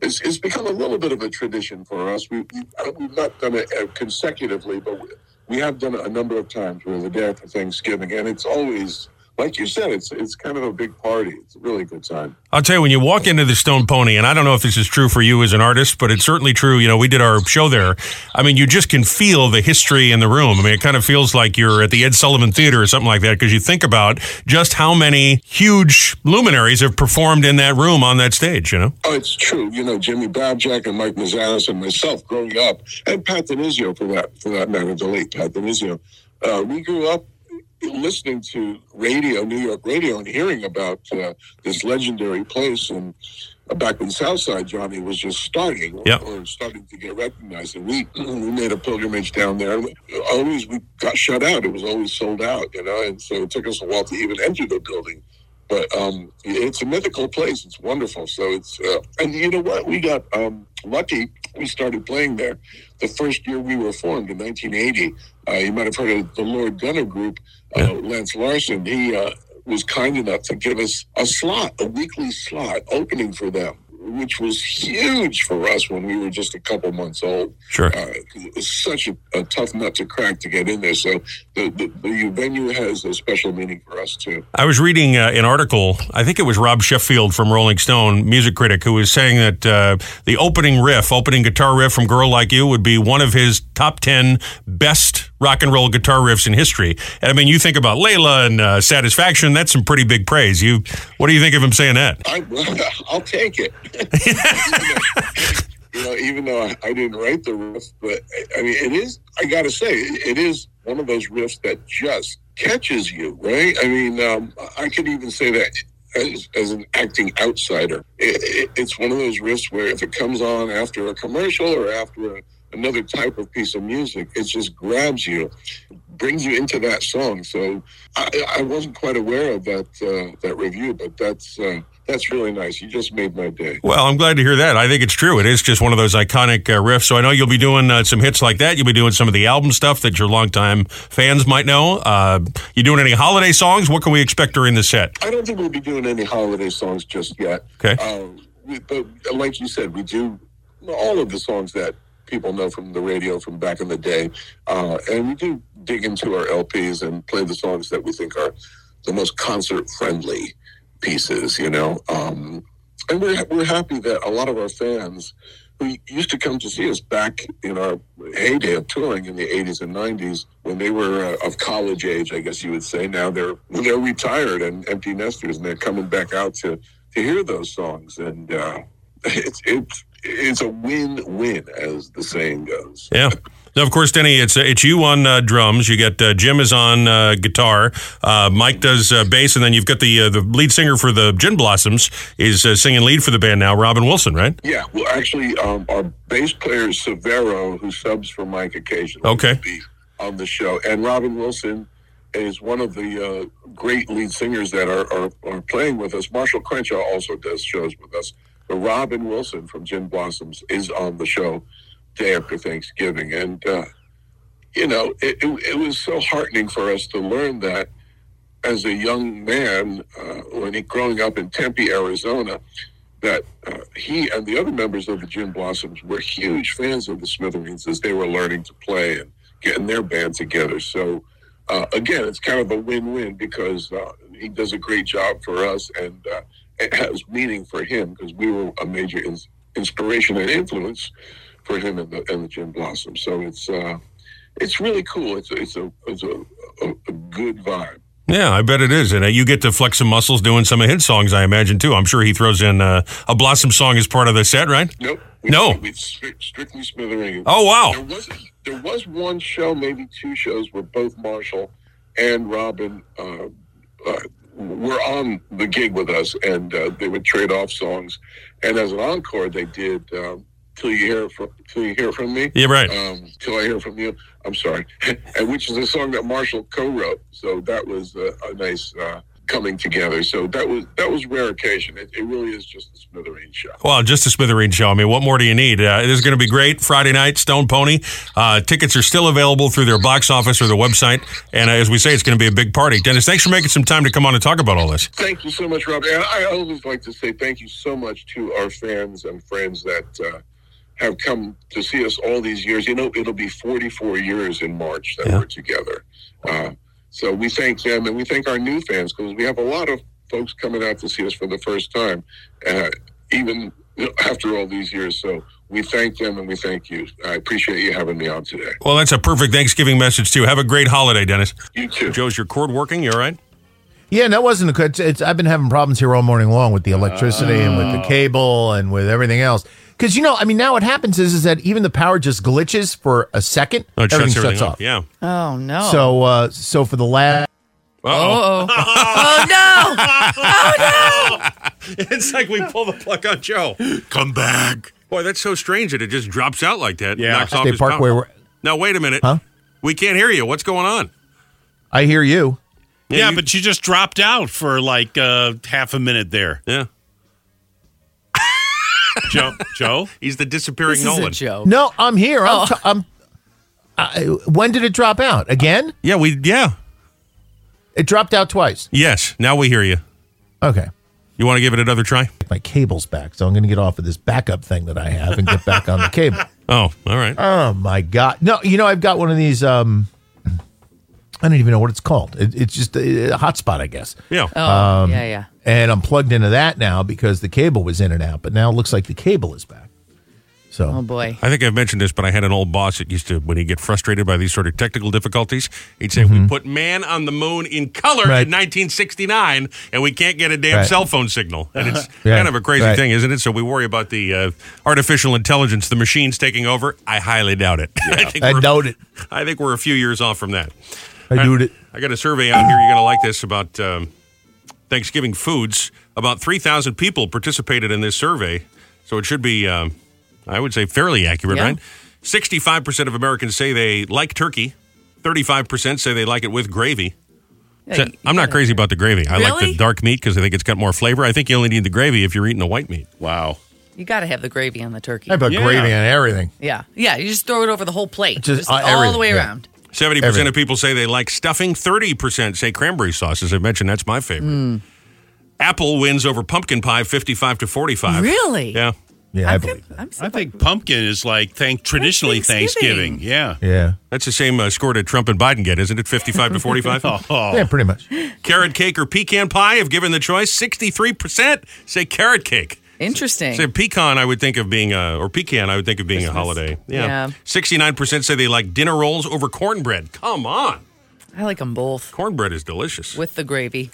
S11: It's, it's become a little bit of a tradition for us. We, we uh, we've not done it uh, consecutively, but we, we have done it a number of times. We're the day after Thanksgiving, and it's always. Like you said, it's it's kind of a big party. It's a really good time.
S1: I'll tell you, when you walk into the Stone Pony, and I don't know if this is true for you as an artist, but it's certainly true. You know, we did our show there. I mean, you just can feel the history in the room. I mean, it kind of feels like you're at the Ed Sullivan Theater or something like that because you think about just how many huge luminaries have performed in that room on that stage, you know?
S11: Oh, it's true. You know, Jimmy Babjack and Mike Mazanis and myself growing up, and Pat Denizio for that for that matter, the late Pat Denizio. Uh, we grew up listening to radio, New York radio, and hearing about uh, this legendary place. And uh, back when Southside Johnny was just starting, or,
S1: Yeah.
S11: or starting to get recognized, and we [clears throat] we made a pilgrimage down there. And we- always we got shut out. It was always sold out, you know, and so it took us a while to even enter the building but um, it's a mythical place. It's wonderful. So it's uh, and you know what? We got um, lucky. We started playing there the first year we were formed in 1980. Uh, you might have heard of the Lord Gunner Group. Uh, Lance Larson. He uh, was kind enough to give us a slot, a weekly slot opening for them. which was huge for us when we were just a couple months old.
S1: Sure.
S11: Uh, it was such a, a tough nut to crack to get in there. So the, the, the venue has a special meaning for us, too.
S1: I was reading uh, an article. I think it was Rob Sheffield from Rolling Stone, music critic, who was saying that uh, the opening riff, opening guitar riff from "Girl Like You" would be one of his top ten best rock and roll guitar riffs in history. And I mean, you think about Layla and uh, "Satisfaction." That's some pretty big praise. You, what do you think of him saying that?
S11: I, [laughs] I'll take it. you know, even though I, I didn't write the riff, but I, I mean, it is. I got to say, it is one of those riffs that just catches you, right? I mean, um, I could even say that as, as an acting outsider, it, it, it's one of those riffs where if it comes on after a commercial or after a, another type of piece of music, it just grabs you, brings you into that song. So I, I wasn't quite aware of that uh, that review, but that's. Uh, that's really nice. You just made my day.
S1: Well, I'm glad to hear that. I think it's true. It is just one of those iconic uh, riffs. So I know you'll be doing uh, some hits like that. You'll be doing some of the album stuff that your longtime fans might know. Uh, you doing any holiday songs? What can we expect during the set?
S11: I don't think we'll be doing any holiday songs just yet.
S1: Okay.
S11: Um, we- but like you said, we do all of the songs that people know from the radio from back in the day. Uh, and we do dig into our LPs and play the songs that we think are the most concert friendly pieces, you know. Um, and we're, we're happy that a lot of our fans who used to come to see us back in our heyday of touring in the 80s and 90s when they were uh, of college age, I guess you would say. Now they're they're retired and empty nesters, and they're coming back out to to hear those songs. And uh, [laughs] it's it's it's a win win, as the saying goes.
S1: Yeah. Now, of course, Denny, it's it's you on uh, drums. You got uh, Jim is on uh, guitar. Uh, Mike does uh, bass, and then you've got the uh, the lead singer for the Gin Blossoms is uh, singing lead for the band now. Robin Wilson, right?
S11: Yeah, well, actually, um, our bass player is Severo, who subs for Mike occasionally.
S1: Okay.
S11: on the show. And Robin Wilson is one of the uh, great lead singers that are, are, are playing with us. Marshall Crenshaw also does shows with us. But Robin Wilson from Gin Blossoms is on the show day after Thanksgiving. And, uh, you know, it, it, it was so heartening for us to learn that as a young man, uh, when he growing up in Tempe, Arizona, that uh, he and the other members of the Gin Blossoms were huge fans of the Smithereens as they were learning to play and getting their band together. So, uh, again, it's kind of a win-win because uh, he does a great job for us, and uh, it has meaning for him because we were a major ins inspiration and influence for him and the and the Gin Blossoms. So it's uh, it's really cool. It's it's a it's a, a, a good vibe.
S1: Yeah, I bet it is. And uh, you get to flex some muscles doing some of his songs, I imagine too. I'm sure he throws in uh, a Blossom song as part of the set, right?
S11: Nope.
S1: No.
S11: We stri- strictly Smithereens.
S1: Oh, wow.
S11: There was there was one show, maybe two shows, where both Marshall and Robin uh, uh, were on the gig with us, and uh, they would trade off songs. And as an encore, they did um, "Till You Hear From Till You Hear From Me."
S1: Yeah, right.
S11: Um, "Till I Hear From You." I'm sorry, [laughs] and which is a song that Marshall co-wrote. So that was uh, a nice. Uh, coming together so that was that was rare occasion it, it really is just a smithereens show
S1: Well, just a Smithereen show. I mean, what more do you need? Uh, it is going to be great. Friday night, Stone Pony. Uh, tickets are still available through their box office or their website. And uh, as we say, it's going to be a big party. Dennis, thanks for making some time to come on and talk about all this.
S11: Thank you so much, Rob. And I always like to say thank you so much to our fans and friends that uh, have come to see us all these years. You know, it'll be 44 years in March that we're together. Uh, so we thank them and we thank our new fans because we have a lot of folks coming out to see us for the first time, uh, even you know, after all these years. So we thank them and we thank you. I appreciate you having me on today.
S1: Well, that's a perfect Thanksgiving message, too. Have a great holiday, Dennis.
S11: You too.
S1: Joe's your cord working. You all right?
S2: Yeah, and that wasn't a good. It's, it's, I've been having problems here all morning long with the electricity and with
S1: Oh.
S2: the cable and with everything else. Because you know, I mean, now what happens is is that even the power just glitches for a second,
S1: Oh, it
S2: everything
S1: shuts everything
S2: shuts
S1: off.
S2: off.
S1: Yeah.
S4: Oh no.
S2: So, uh, so for the last,
S1: Uh-oh.
S4: Oh
S1: [laughs]
S4: no.
S2: Oh,
S1: it's like we pull the plug on Joe.
S3: Come back.
S1: Boy, that's so strange that it just drops out like that.
S3: Yeah.
S1: Knocks off
S2: State
S1: his
S2: Park
S1: power.
S2: where we're-
S1: Now, wait a minute.
S2: Huh?
S1: We can't hear you. What's going on?
S2: I hear you.
S3: Yeah,
S1: you-
S3: but you just dropped out for like uh, half a minute there,
S1: [laughs] Yeah.
S3: Joe. Joe.
S1: He's the disappearing
S4: This is
S1: Nolan.
S4: a joke. Oh.
S2: No, I'm here. I'm. t- I'm I, when did it drop out again?
S1: Yeah, we, yeah.
S2: It dropped out twice.
S1: Yes. Now we hear you.
S2: Okay.
S1: You want to give it another try?
S2: My cable's back, so I'm going to get off of this backup thing that I have and get back on the
S1: [laughs]
S2: cable.
S1: Oh, all right.
S2: Oh my god! No, you know I've got one of these. Um, I don't even know what it's called. It, it's just a, a hotspot, I guess.
S1: Yeah.
S4: Oh,
S2: um,
S4: yeah, yeah.
S2: And I'm plugged into that now because the cable was in and out, but now it looks like the cable is back. So
S4: Oh boy.
S1: I think I've mentioned this, but I had an old boss that used to, when he'd get frustrated by these sort of technical difficulties, he'd say, We put man on the moon in color
S2: Mm-hmm. Right.
S1: in 1969, and we can't get a damn
S2: Right.
S1: cell phone signal. And
S4: [laughs]
S1: it's
S2: [laughs] Yeah.
S1: kind of a crazy
S2: Right.
S1: thing, isn't it? So we worry about the uh, artificial intelligence, the machines taking over. I highly doubt it. [laughs] I, think
S2: I
S1: we're-
S2: doubt it.
S1: I think we're a few years off from that.
S2: I
S1: All right.
S2: doubt it.
S1: I got a survey out here. You're going to like this about um, Thanksgiving foods. About 3,000 people participated in this survey. So it should be, um, I would say, fairly accurate,
S4: Yeah.
S1: right? 65% of Americans say they like turkey. 35% say they like it with gravy.
S4: Yeah,
S1: So
S4: you-
S1: I'm not crazy about the gravy. I like the
S4: Really?
S1: dark meat because I think it's got more flavor. I think you only need the gravy if you're eating the white meat.
S3: Wow.
S4: You got to have the gravy on the turkey.
S2: I put
S3: Yeah.
S2: gravy on everything.
S4: Yeah, yeah. You just throw it over the whole plate,
S2: Just,
S4: just,
S2: uh,
S4: all
S2: everything,
S4: the way
S2: yeah.
S4: around.
S1: 70%
S2: Everything.
S1: of people say they like stuffing. 30% say cranberry sauce. As I mentioned, that's my favorite.
S4: Hmm.
S1: Apple wins over pumpkin pie 55 to 45.
S4: Really?
S1: Yeah.
S2: Yeah, i
S4: I'm,
S2: believe.
S4: I'm so
S3: I think pumpkin is like thank traditionally Thanksgiving.
S4: Thanksgiving.
S3: Yeah.
S2: Yeah.
S1: That's the same uh, score that Trump and Biden get, isn't it? 55 to 45?
S3: Oh.
S2: [laughs] Yeah, pretty much.
S1: Carrot cake or pecan pie, if given the choice, 63% say carrot cake.
S4: interesting.
S1: Say pecan, I would think of being a, or pecan, I would think of being a holiday.
S4: Yeah.
S1: 69% say they like dinner rolls over cornbread. Come on.
S4: I like them both
S1: Cornbread is delicious.
S4: with the gravy.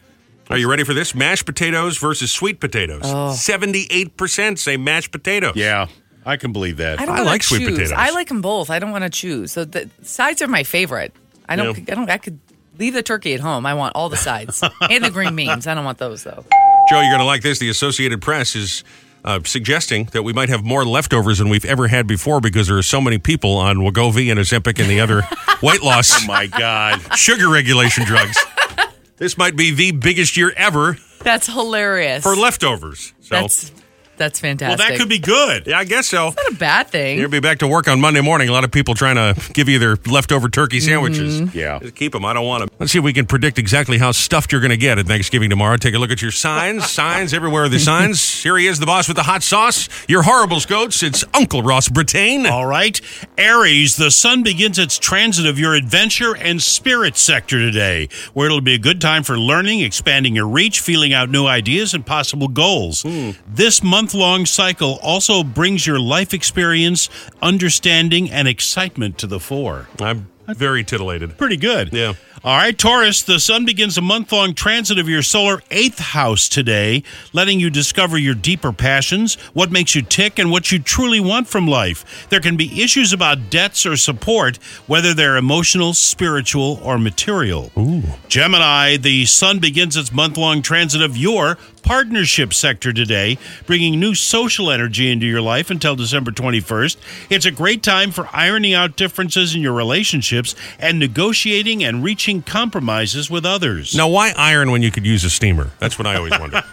S1: Are you ready for this? Mashed potatoes versus sweet potatoes.
S4: Oh.
S1: 78% say mashed potatoes.
S3: Yeah. I can believe that.
S4: I don't
S1: I
S4: wanna
S1: like sweet
S4: choose.
S1: potatoes.
S4: I like them both. I don't want to choose. So the sides are my favorite. I don't.
S1: Yeah.
S4: I don't. I could leave the turkey at home. I want all
S1: [laughs]
S4: the sides and the green beans. I don't want those though.
S1: Joe, you're going to like this. The Associated Press is uh, suggesting that we might have more leftovers than we've ever had before because there are so many people on Wegovy and Ozempic and the other
S3: [laughs]
S1: weight loss
S3: Oh my God.
S1: sugar regulation drugs. This might be the biggest year ever
S4: That's hilarious.
S1: for leftovers. So,
S4: that's that's
S3: Well,
S4: fantastic.
S3: that could be good.
S1: yeah, I guess so.
S4: not a bad thing.
S1: You'll be back to work on Monday morning. A lot of people trying to give you their leftover turkey sandwiches.
S3: Yeah.
S1: Just keep them. I don't want them. Let's see if we can predict exactly how stuffed you're going to get at Thanksgiving tomorrow. Take a look at your signs. signs everywhere are the signs. Here he is, the boss with the hot sauce. Your horrible goats. It's Uncle Ross Brattain.
S3: All right. Aries, the sun begins its transit of your adventure and spirit sector today, where it'll be a good time for learning, expanding your reach, feeling out new ideas and possible goals.
S1: Hmm.
S3: This month long cycle also brings your life experience, understanding, and excitement to the fore.
S1: I'm very titillated.
S3: Pretty good.
S1: Yeah.
S3: All right, Taurus, the sun begins a month long transit of your solar eighth house today, letting you discover your deeper passions, what makes you tick, and what you truly want from life. There can be issues about debts or support, whether they're emotional, spiritual, or material. Gemini, the sun begins its month long transit of your partnership sector today, bringing new social energy into your life until December 21st. It's a great time for ironing out differences in your relationships and negotiating and reaching compromises with others.
S1: Now, why iron when you could use a steamer? That's what I always wonder.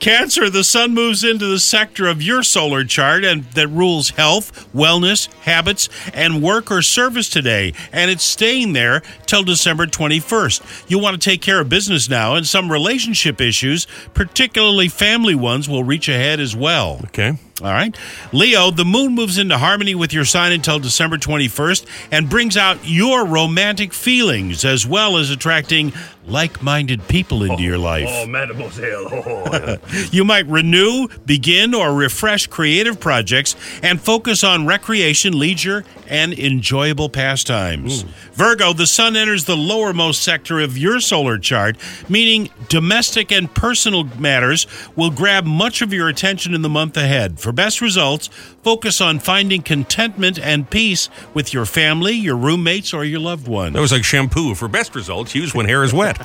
S3: Cancer, the sun moves into the sector of your solar chart and that rules health, wellness, habits, and work or service today, and it's staying there till December 21st. You want to take care of business now, and some relationship issues, particularly family ones, will reach ahead as well.
S1: okay.
S3: All right. Leo, the moon moves into harmony with your sign until December 21st and brings out your romantic feelings as well as attracting like minded people into your life. Oh,
S1: mademoiselle.
S3: [laughs] You might renew, begin, or refresh creative projects and focus on recreation, leisure, and enjoyable pastimes. Virgo, the sun enters the lowermost sector of your solar chart, meaning domestic and personal matters will grab much of your attention in the month ahead. For best results, focus on finding contentment and peace with your family, your roommates, or your loved ones.
S1: That was like shampoo. For best results, use when hair is wet.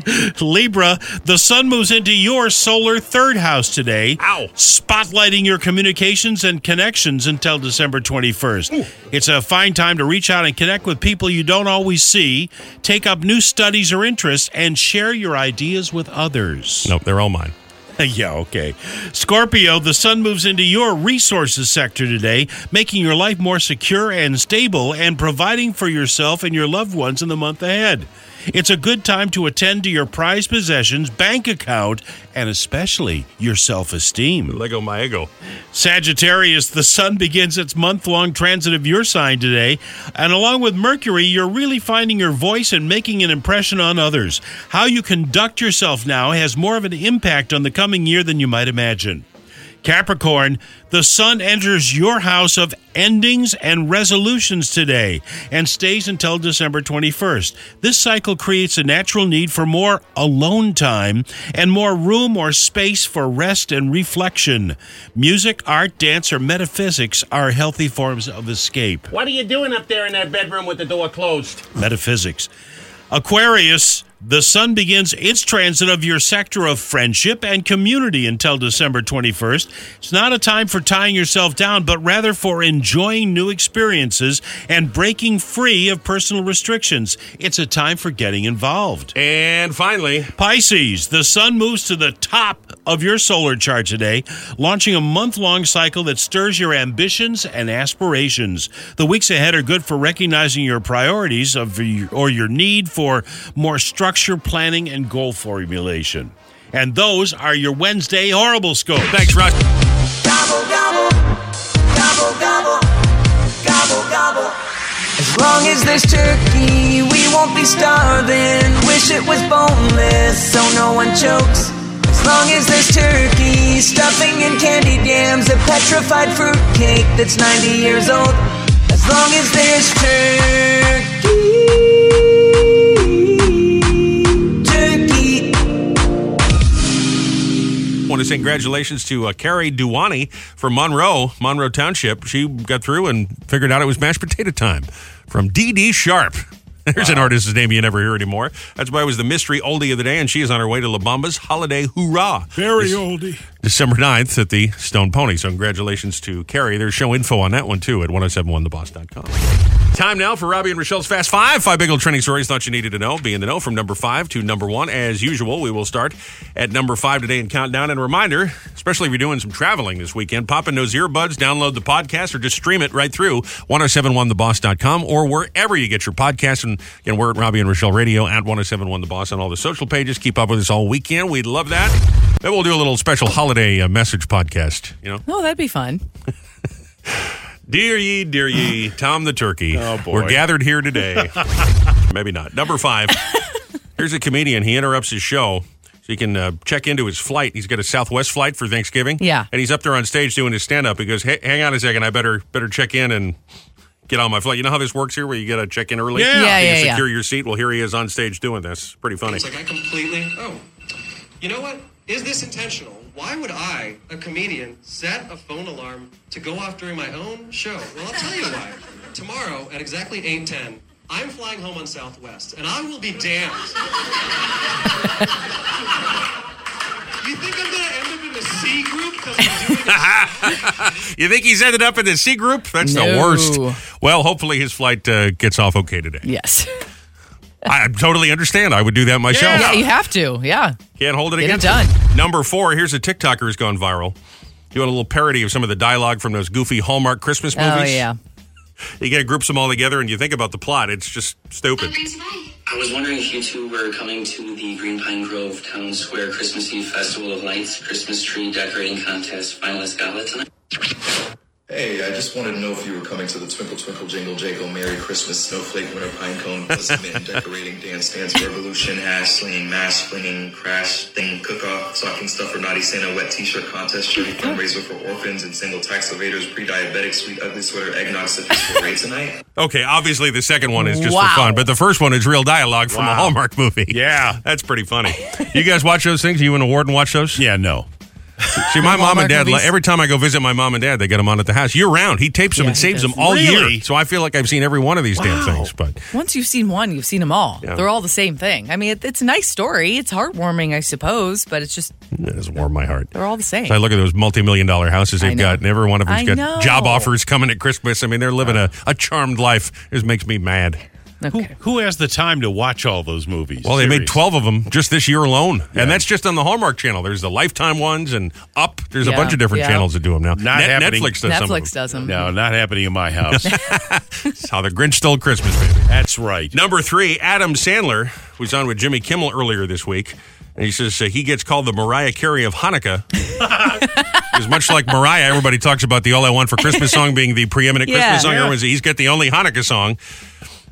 S3: [laughs] Libra, the sun moves into your solar third house today.
S1: Ow.
S3: Spotlighting your communications and connections until December 21st. It's a fine time to reach out and connect with people you don't always see, take up new studies or interests, and share your ideas with others.
S1: nope, they're all mine.
S3: [laughs] yeah, okay. Scorpio, the sun moves into your resources sector today, making your life more secure and stable and providing for yourself and your loved ones in the month ahead. It's a good time to attend to your prized possessions, bank account, and especially your self esteem.
S1: Lego my ego.
S3: Sagittarius, the sun begins its month long transit of your sign today. And along with Mercury, you're really finding your voice and making an impression on others. How you conduct yourself now has more of an impact on the coming year than you might imagine. Capricorn, the sun enters your house of endings and resolutions today and stays until December 21st. This cycle creates a natural need for more alone time and more room or space for rest and reflection. Music, art, dance, or metaphysics are healthy forms of escape.
S12: [laughs] What are you doing up there in that bedroom with the door closed?
S3: metaphysics. Aquarius, the sun begins its transit of your sector of friendship and community until December 21st. It's not a time for tying yourself down, but rather for enjoying new experiences and breaking free of personal restrictions. It's a time for getting involved.
S1: And finally,
S3: Pisces, the sun moves to the top of your solar chart today, launching a month long cycle that stirs your ambitions and aspirations. The weeks ahead are good for recognizing your priorities of or your need for more structure, planning, and goal formulation. And those are your Wednesday horrible scopes.
S1: Thanks, Russ.
S13: Gobble, gobble, gobble, gobble, gobble, gobble. As long as there's turkey, we won't be starving. Wish it was boneless, so no one chokes. As long as there's turkey, stuffing and candy yams, a petrified fruitcake that's 90 years old. As long as there's turkey, turkey,
S1: Want to say congratulations to uh, Carrie Duwani from Monroe, Monroe Township. She got through and figured out it was mashed potato time from DD Sharp. [laughs] There's an artist's name you never hear anymore. That's why it was the mystery oldie of the day, and she is on her way to La Bamba's Holiday Hoorah.
S14: Very
S1: This-
S14: oldie.
S1: December 9th at the Stone Pony. So congratulations to Carrie. There's show info on that one, too, at 1071theboss.com. Time now for Robbie and Rochelle's Fast Five. Five big old trending stories thought you needed to know. Be in the know from number five to number one. As usual, we will start at number five today and count down. And a reminder, especially if you're doing some traveling this weekend, pop in those earbuds, download the podcast, or just stream it right through 1071theboss.com or wherever you get your podcast. And again, we're at Robbie and Rochelle Radio at 1071 The Boss on all the social pages. Keep up with us all weekend. We'd love that. Maybe we'll do a little special holiday uh, message podcast, you know?
S4: Oh, that'd be fun.
S1: Dear ye, dear ye, Tom the Turkey. Oh, boy. We're gathered here [laughs] today. Maybe not. Number
S15: [laughs]
S1: five. Here's a comedian. He interrupts his show so he can uh, check into his flight. He's got a Southwest flight for Thanksgiving.
S4: Yeah.
S1: And he's up there on stage doing his stand up. He goes, hey, hang on a second. I better better check in and get on my flight. You know how this works here where you got to check in early?
S15: Yeah. Yeah,
S1: You
S15: yeah, yeah.
S1: secure your seat. Well, here he is on stage doing this. Pretty funny.
S15: It's like I completely. Oh, you know what? Is this intentional? Why would I, a comedian, set a phone alarm to go off during my own show? Well, I'll tell you why. Tomorrow at exactly 8:10, I'm flying home on Southwest, and I will be damned. you think I'm gonna end up in the C group? 'Cause I'm doing
S1: you think he's ended up in the C group? That's the
S15: No.
S1: worst. Well, hopefully his flight uh, gets off okay today.
S4: Yes.
S1: I totally understand. I would do that myself.
S4: Yeah, you have to. Yeah.
S1: Can't hold it
S4: Get it
S1: against
S4: done.
S1: you. Number four. Here's a TikToker who's gone viral. Doing a little parody of some of the dialogue from those goofy Hallmark Christmas movies.
S4: Oh, yeah.
S1: [laughs] You get groups them all together, and you think about the plot. It's just stupid.
S16: [laughs] I was wondering if you two were coming to the Green Pine Grove Town Square Christmas Eve Festival of Lights Christmas Tree Decorating Contest finalist gala tonight.
S17: Hey, I just wanted to know if you were coming to the Twinkle Twinkle Jingle Jangle Merry Christmas Snowflake Winter Pinecone Blizzard Mitten Decorating Dance Dance Revolution Ass Slinging Mass Flinging Crash Thing Cook Off Stocking Stuffer Naughty Santa Wet T-Shirt Contest Charity Fundraiser for Orphans and Single Tax Evaders Pre-Diabetic Sweet Ugly Sweater Eggnog Citrus Parade tonight.
S1: Okay, obviously the second one is just
S17: Wow.
S1: for fun, but the first one is real dialogue from a
S17: Wow.
S3: [laughs]
S1: Hallmark movie. Yeah, that's pretty funny. You guys watch those things? You and Award and watch those? Yeah, no. See, my mom and
S15: Hallmark
S1: dad. li-
S15: movies?
S1: Every time I go visit my mom and dad, they get them on at the house year round. He tapes them
S4: Yeah,
S1: and
S4: he
S1: saves
S4: does.
S1: them all
S4: Really?
S1: year. So I feel like I've seen every one of these damn things. But
S4: Once you've seen one, you've seen them all.
S1: Yeah.
S4: They're all the same thing. I mean, it, it's a nice story. It's heartwarming, I suppose, but it's just,
S1: it has warmed my heart.
S4: they're all the same.
S1: So I look at those multi-million dollar houses
S4: I
S1: they've
S4: know.
S1: got, and every one of
S4: I
S1: them's got
S4: know.
S1: job offers coming at Christmas. I mean, they're living a, a charmed life. It makes me mad.
S3: Who has the time to watch all those movies?
S1: Well, they made
S3: Serious.
S1: 12 of them just this year alone. And that's just on the Hallmark [laughs] channel. There's the Lifetime ones and Up. There's a
S3: Yeah,
S1: bunch of different
S3: yeah.
S1: channels that do them now.
S3: Not
S1: Net-
S3: happening.
S1: Netflix does some of
S4: Netflix does them.
S3: No, not happening in my house.
S1: [laughs] That's how the Grinch stole Christmas, baby.
S3: That's right.
S1: Number three, Adam Sandler was on with Jimmy Kimmel earlier this week. And he says uh, he gets called the Mariah Carey of Hanukkah. [laughs] Because much like Mariah, everybody talks about the All I Want for Christmas song being the preeminent
S4: Yeah.
S1: Christmas song.
S4: Yeah.
S1: Everyone's- He's got the only Hanukkah song.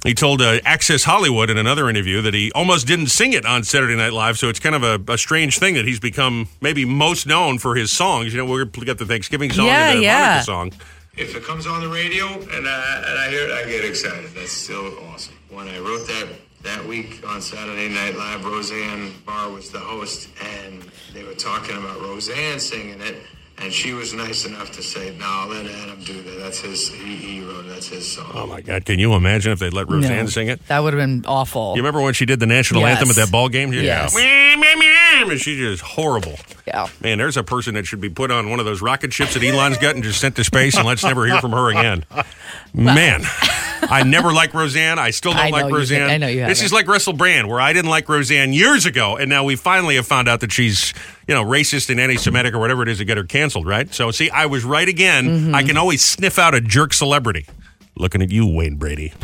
S1: He told uh, Access Hollywood in another interview that he almost didn't sing it on Saturday Night Live, so it's kind of a, a strange thing that he's become maybe most known for his songs. You know, we've got the Thanksgiving song
S4: Yeah,
S1: and the
S4: yeah.
S1: Hanukkah song.
S14: If it comes on the radio and I, and I hear it, I get excited. That's still awesome. When I wrote that that week on Saturday Night Live, Roseanne Barr was the host, and they were talking about Roseanne singing it, and she was nice enough to say, "No, let Adam do that. That's his. He, he wrote. it. That's his song."
S1: Oh my God, can you imagine if they'd let Roseanne
S4: No.
S1: sing it?
S4: That would have been awful.
S1: You remember when she did the national
S4: Yes.
S1: anthem at that ball game? She-
S4: Yes.
S1: And she's just horrible.
S4: Yeah.
S1: Man, there's a person that should be put on one of those rocket ships that Elon's got and just sent to space and let's never hear from her again.
S18: [laughs]
S1: Man, I never liked Roseanne. I still don't
S4: I know
S1: like
S4: you did-
S1: Roseanne.
S4: I know you
S1: This
S4: haven't.
S1: is like Russell Brand, where I didn't like Roseanne years ago, and now we finally have found out that she's, you know, racist and anti-Semitic or whatever it is to get her canceled, right? So, see, I was right again.
S4: Mm-hmm.
S1: I can always sniff out a jerk celebrity. Looking at you, Wayne Brady.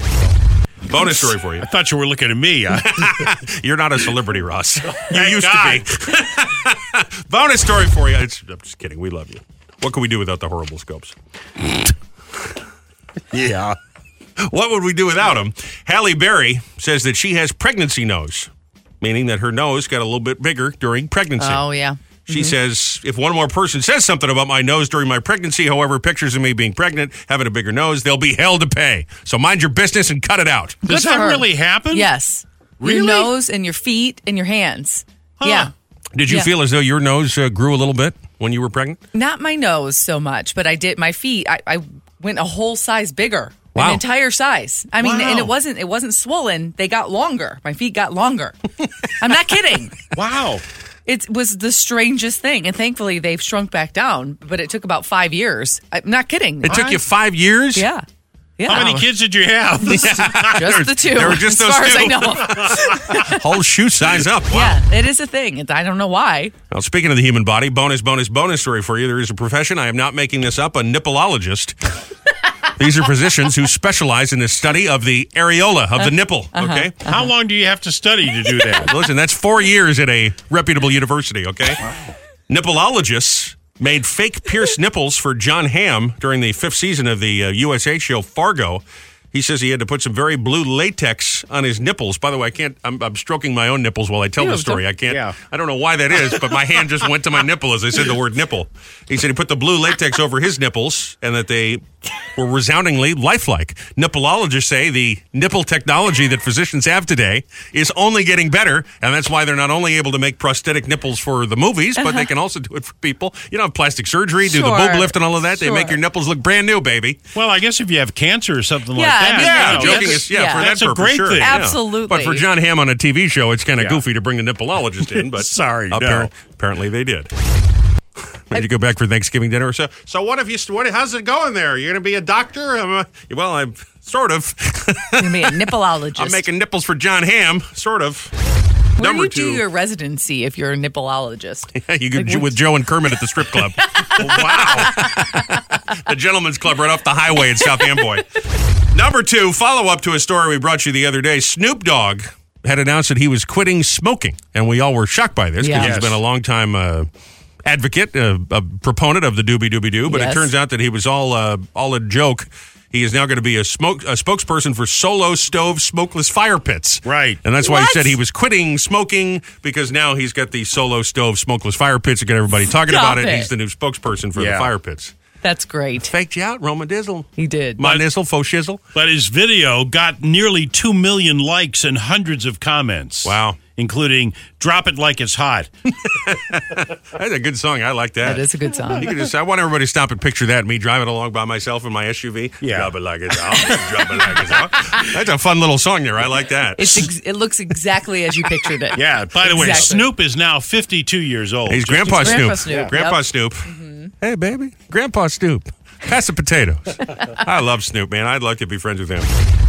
S1: Bonus story for you.
S3: I thought you were looking at me. uh. I-
S1: [laughs] You're not a
S3: [laughs]
S1: celebrity, Ross. You used to be. [laughs] Bonus story for you. It's- I'm just kidding. We love you. What could we do without the horrible scopes? yeah. What would we do without them? Halle Berry says that she has pregnancy nose, meaning that her nose got a little bit bigger during pregnancy.
S4: Oh yeah.
S1: She says, if one more person says something about my nose during my pregnancy, however, pictures of me being pregnant, having a bigger nose, they'll be hell to pay. So mind your business and cut it out.
S4: Good for her. Yes. Your
S1: Really?
S4: nose and your feet and your hands. Yeah.
S1: Did you
S4: Yeah.
S1: feel as though your nose uh, grew a little bit when you were pregnant?
S4: Not my nose so much, but I did my feet. I, I went a whole size bigger.
S1: Wow.
S4: An entire size. I mean,
S1: Wow.
S4: and it wasn't it wasn't swollen. They got longer. My feet got longer. I'm not
S1: [laughs]
S4: kidding.
S3: Wow.
S4: It was the strangest thing, and thankfully they've shrunk back down. But it took about five years. I'm not kidding.
S1: It took you five years?
S4: Yeah. Yeah.
S3: How many kids did you have?
S4: [laughs] Just the
S1: [laughs]
S4: two.
S1: There were just
S4: as
S1: those
S4: far as I
S1: two. [laughs]
S4: know.
S1: Whole shoe size up. Wow.
S4: Yeah, it is a thing. It- I don't know why.
S1: Well, speaking of the human body, bonus, bonus, bonus story for you. There is a profession. I am not making this up. A nippleologist. These are physicians who specialize in the study of the areola
S3: Uh-huh.
S4: Uh-huh.
S1: of the nipple. Okay.
S3: How long do you have to study to do that?
S1: Listen, that's four years at a reputable university. Okay. Nippleologists made fake pierced nipples for John Hamm during the fifth season of the uh, USA show Fargo. He says he had to put some very blue latex on his nipples. By the way, I can't. I'm, I'm stroking my own nipples while I tell
S3: Ew,
S1: the story.
S3: don't-
S1: I can't. I don't know why that is, but my hand just went to my nipple as I said the word nipple. He said he put the blue latex over his nipples and that they were resoundingly lifelike. Nippleologists say the nipple technology that physicians have today is only getting better, and that's why they're not only able to make prosthetic nipples for the movies, but they can also do it for people. You know, have plastic surgery, [laughs] do the boob
S3: Sure,
S1: lift, and all of that. They make
S3: sure.
S1: your nipples look brand new, baby.
S3: Well, I guess if you have cancer or something like
S1: Yeah,
S3: that.
S1: I mean, Yeah, they- joking is- yeah, yeah. for that
S3: that's a
S1: purpose,
S3: great
S1: sure,
S3: thing.
S1: yeah. Absolutely. But for John Hamm on a TV show, it's kind of
S3: Yeah.
S1: goofy to bring the nippleologist in.
S3: [laughs]
S1: But
S3: Sorry, no.
S1: appar- apparently they did. [laughs] Did you go back for Thanksgiving dinner or so? So what if you? What? How's it going there? You're going to be a doctor? I'm a, well, I'm sort of. [laughs]
S4: You mean a nippleologist?
S1: I'm making nipples for John Hamm, sort of.
S4: Where
S1: Number
S4: do you
S1: two,
S4: do your residency if you're a nippleologist?
S1: [laughs] you could do with Joe and Kermit at the strip
S3: [laughs]
S1: club. wow, the gentleman's club right off the highway in South Amboy. [laughs] Number two, follow up to a story we brought you the other day. Snoop Dogg had announced that he was quitting smoking, and we all were shocked by this because
S3: Yeah.
S1: he's
S3: Yes.
S1: been a long time. Uh, Advocate, uh, a proponent of the doobie doobie doo, but it
S3: Yes.
S1: turns out that he was all uh, all a joke. He is now going to be a smoke a spokesperson for solo stove smokeless fire pits. Right, and that's why he
S3: What?
S1: said he was quitting smoking because now he's got the solo stove smokeless fire pits. Got everybody talking
S4: Stop
S1: about it.
S4: it.
S1: He's the new spokesperson for the
S3: Yeah.
S1: fire pits.
S4: That's great.
S1: Faked you out, Roman Dizzle.
S19: [laughs]
S4: He did.
S1: My nizzle, faux shizzle.
S3: But his video got nearly 2 million likes and hundreds of comments. Wow. Including Drop It Like It's Hot.
S1: [laughs] That's a good song. I like that.
S4: That is a good
S1: [laughs]
S4: song.
S1: You can just, I want everybody to stop and picture that me driving along by myself in my SUV. Yeah. Drop it like it's out. Drop it like it's [laughs] out. That's a fun little song there. I like that.
S4: It's ex- it looks exactly as you pictured it.
S3: Yeah. By the way,
S4: Exactly.
S3: Snoop is now 52 years old.
S1: He's
S3: Just-
S1: Grandpa Snoop.
S4: Grandpa Snoop,
S3: Mm-hmm.
S1: Grandpa
S4: yep.
S1: Snoop. Hey, baby. Grandpa Snoop. Pass the potatoes. I love Snoop, man. I'd like to be friends with him.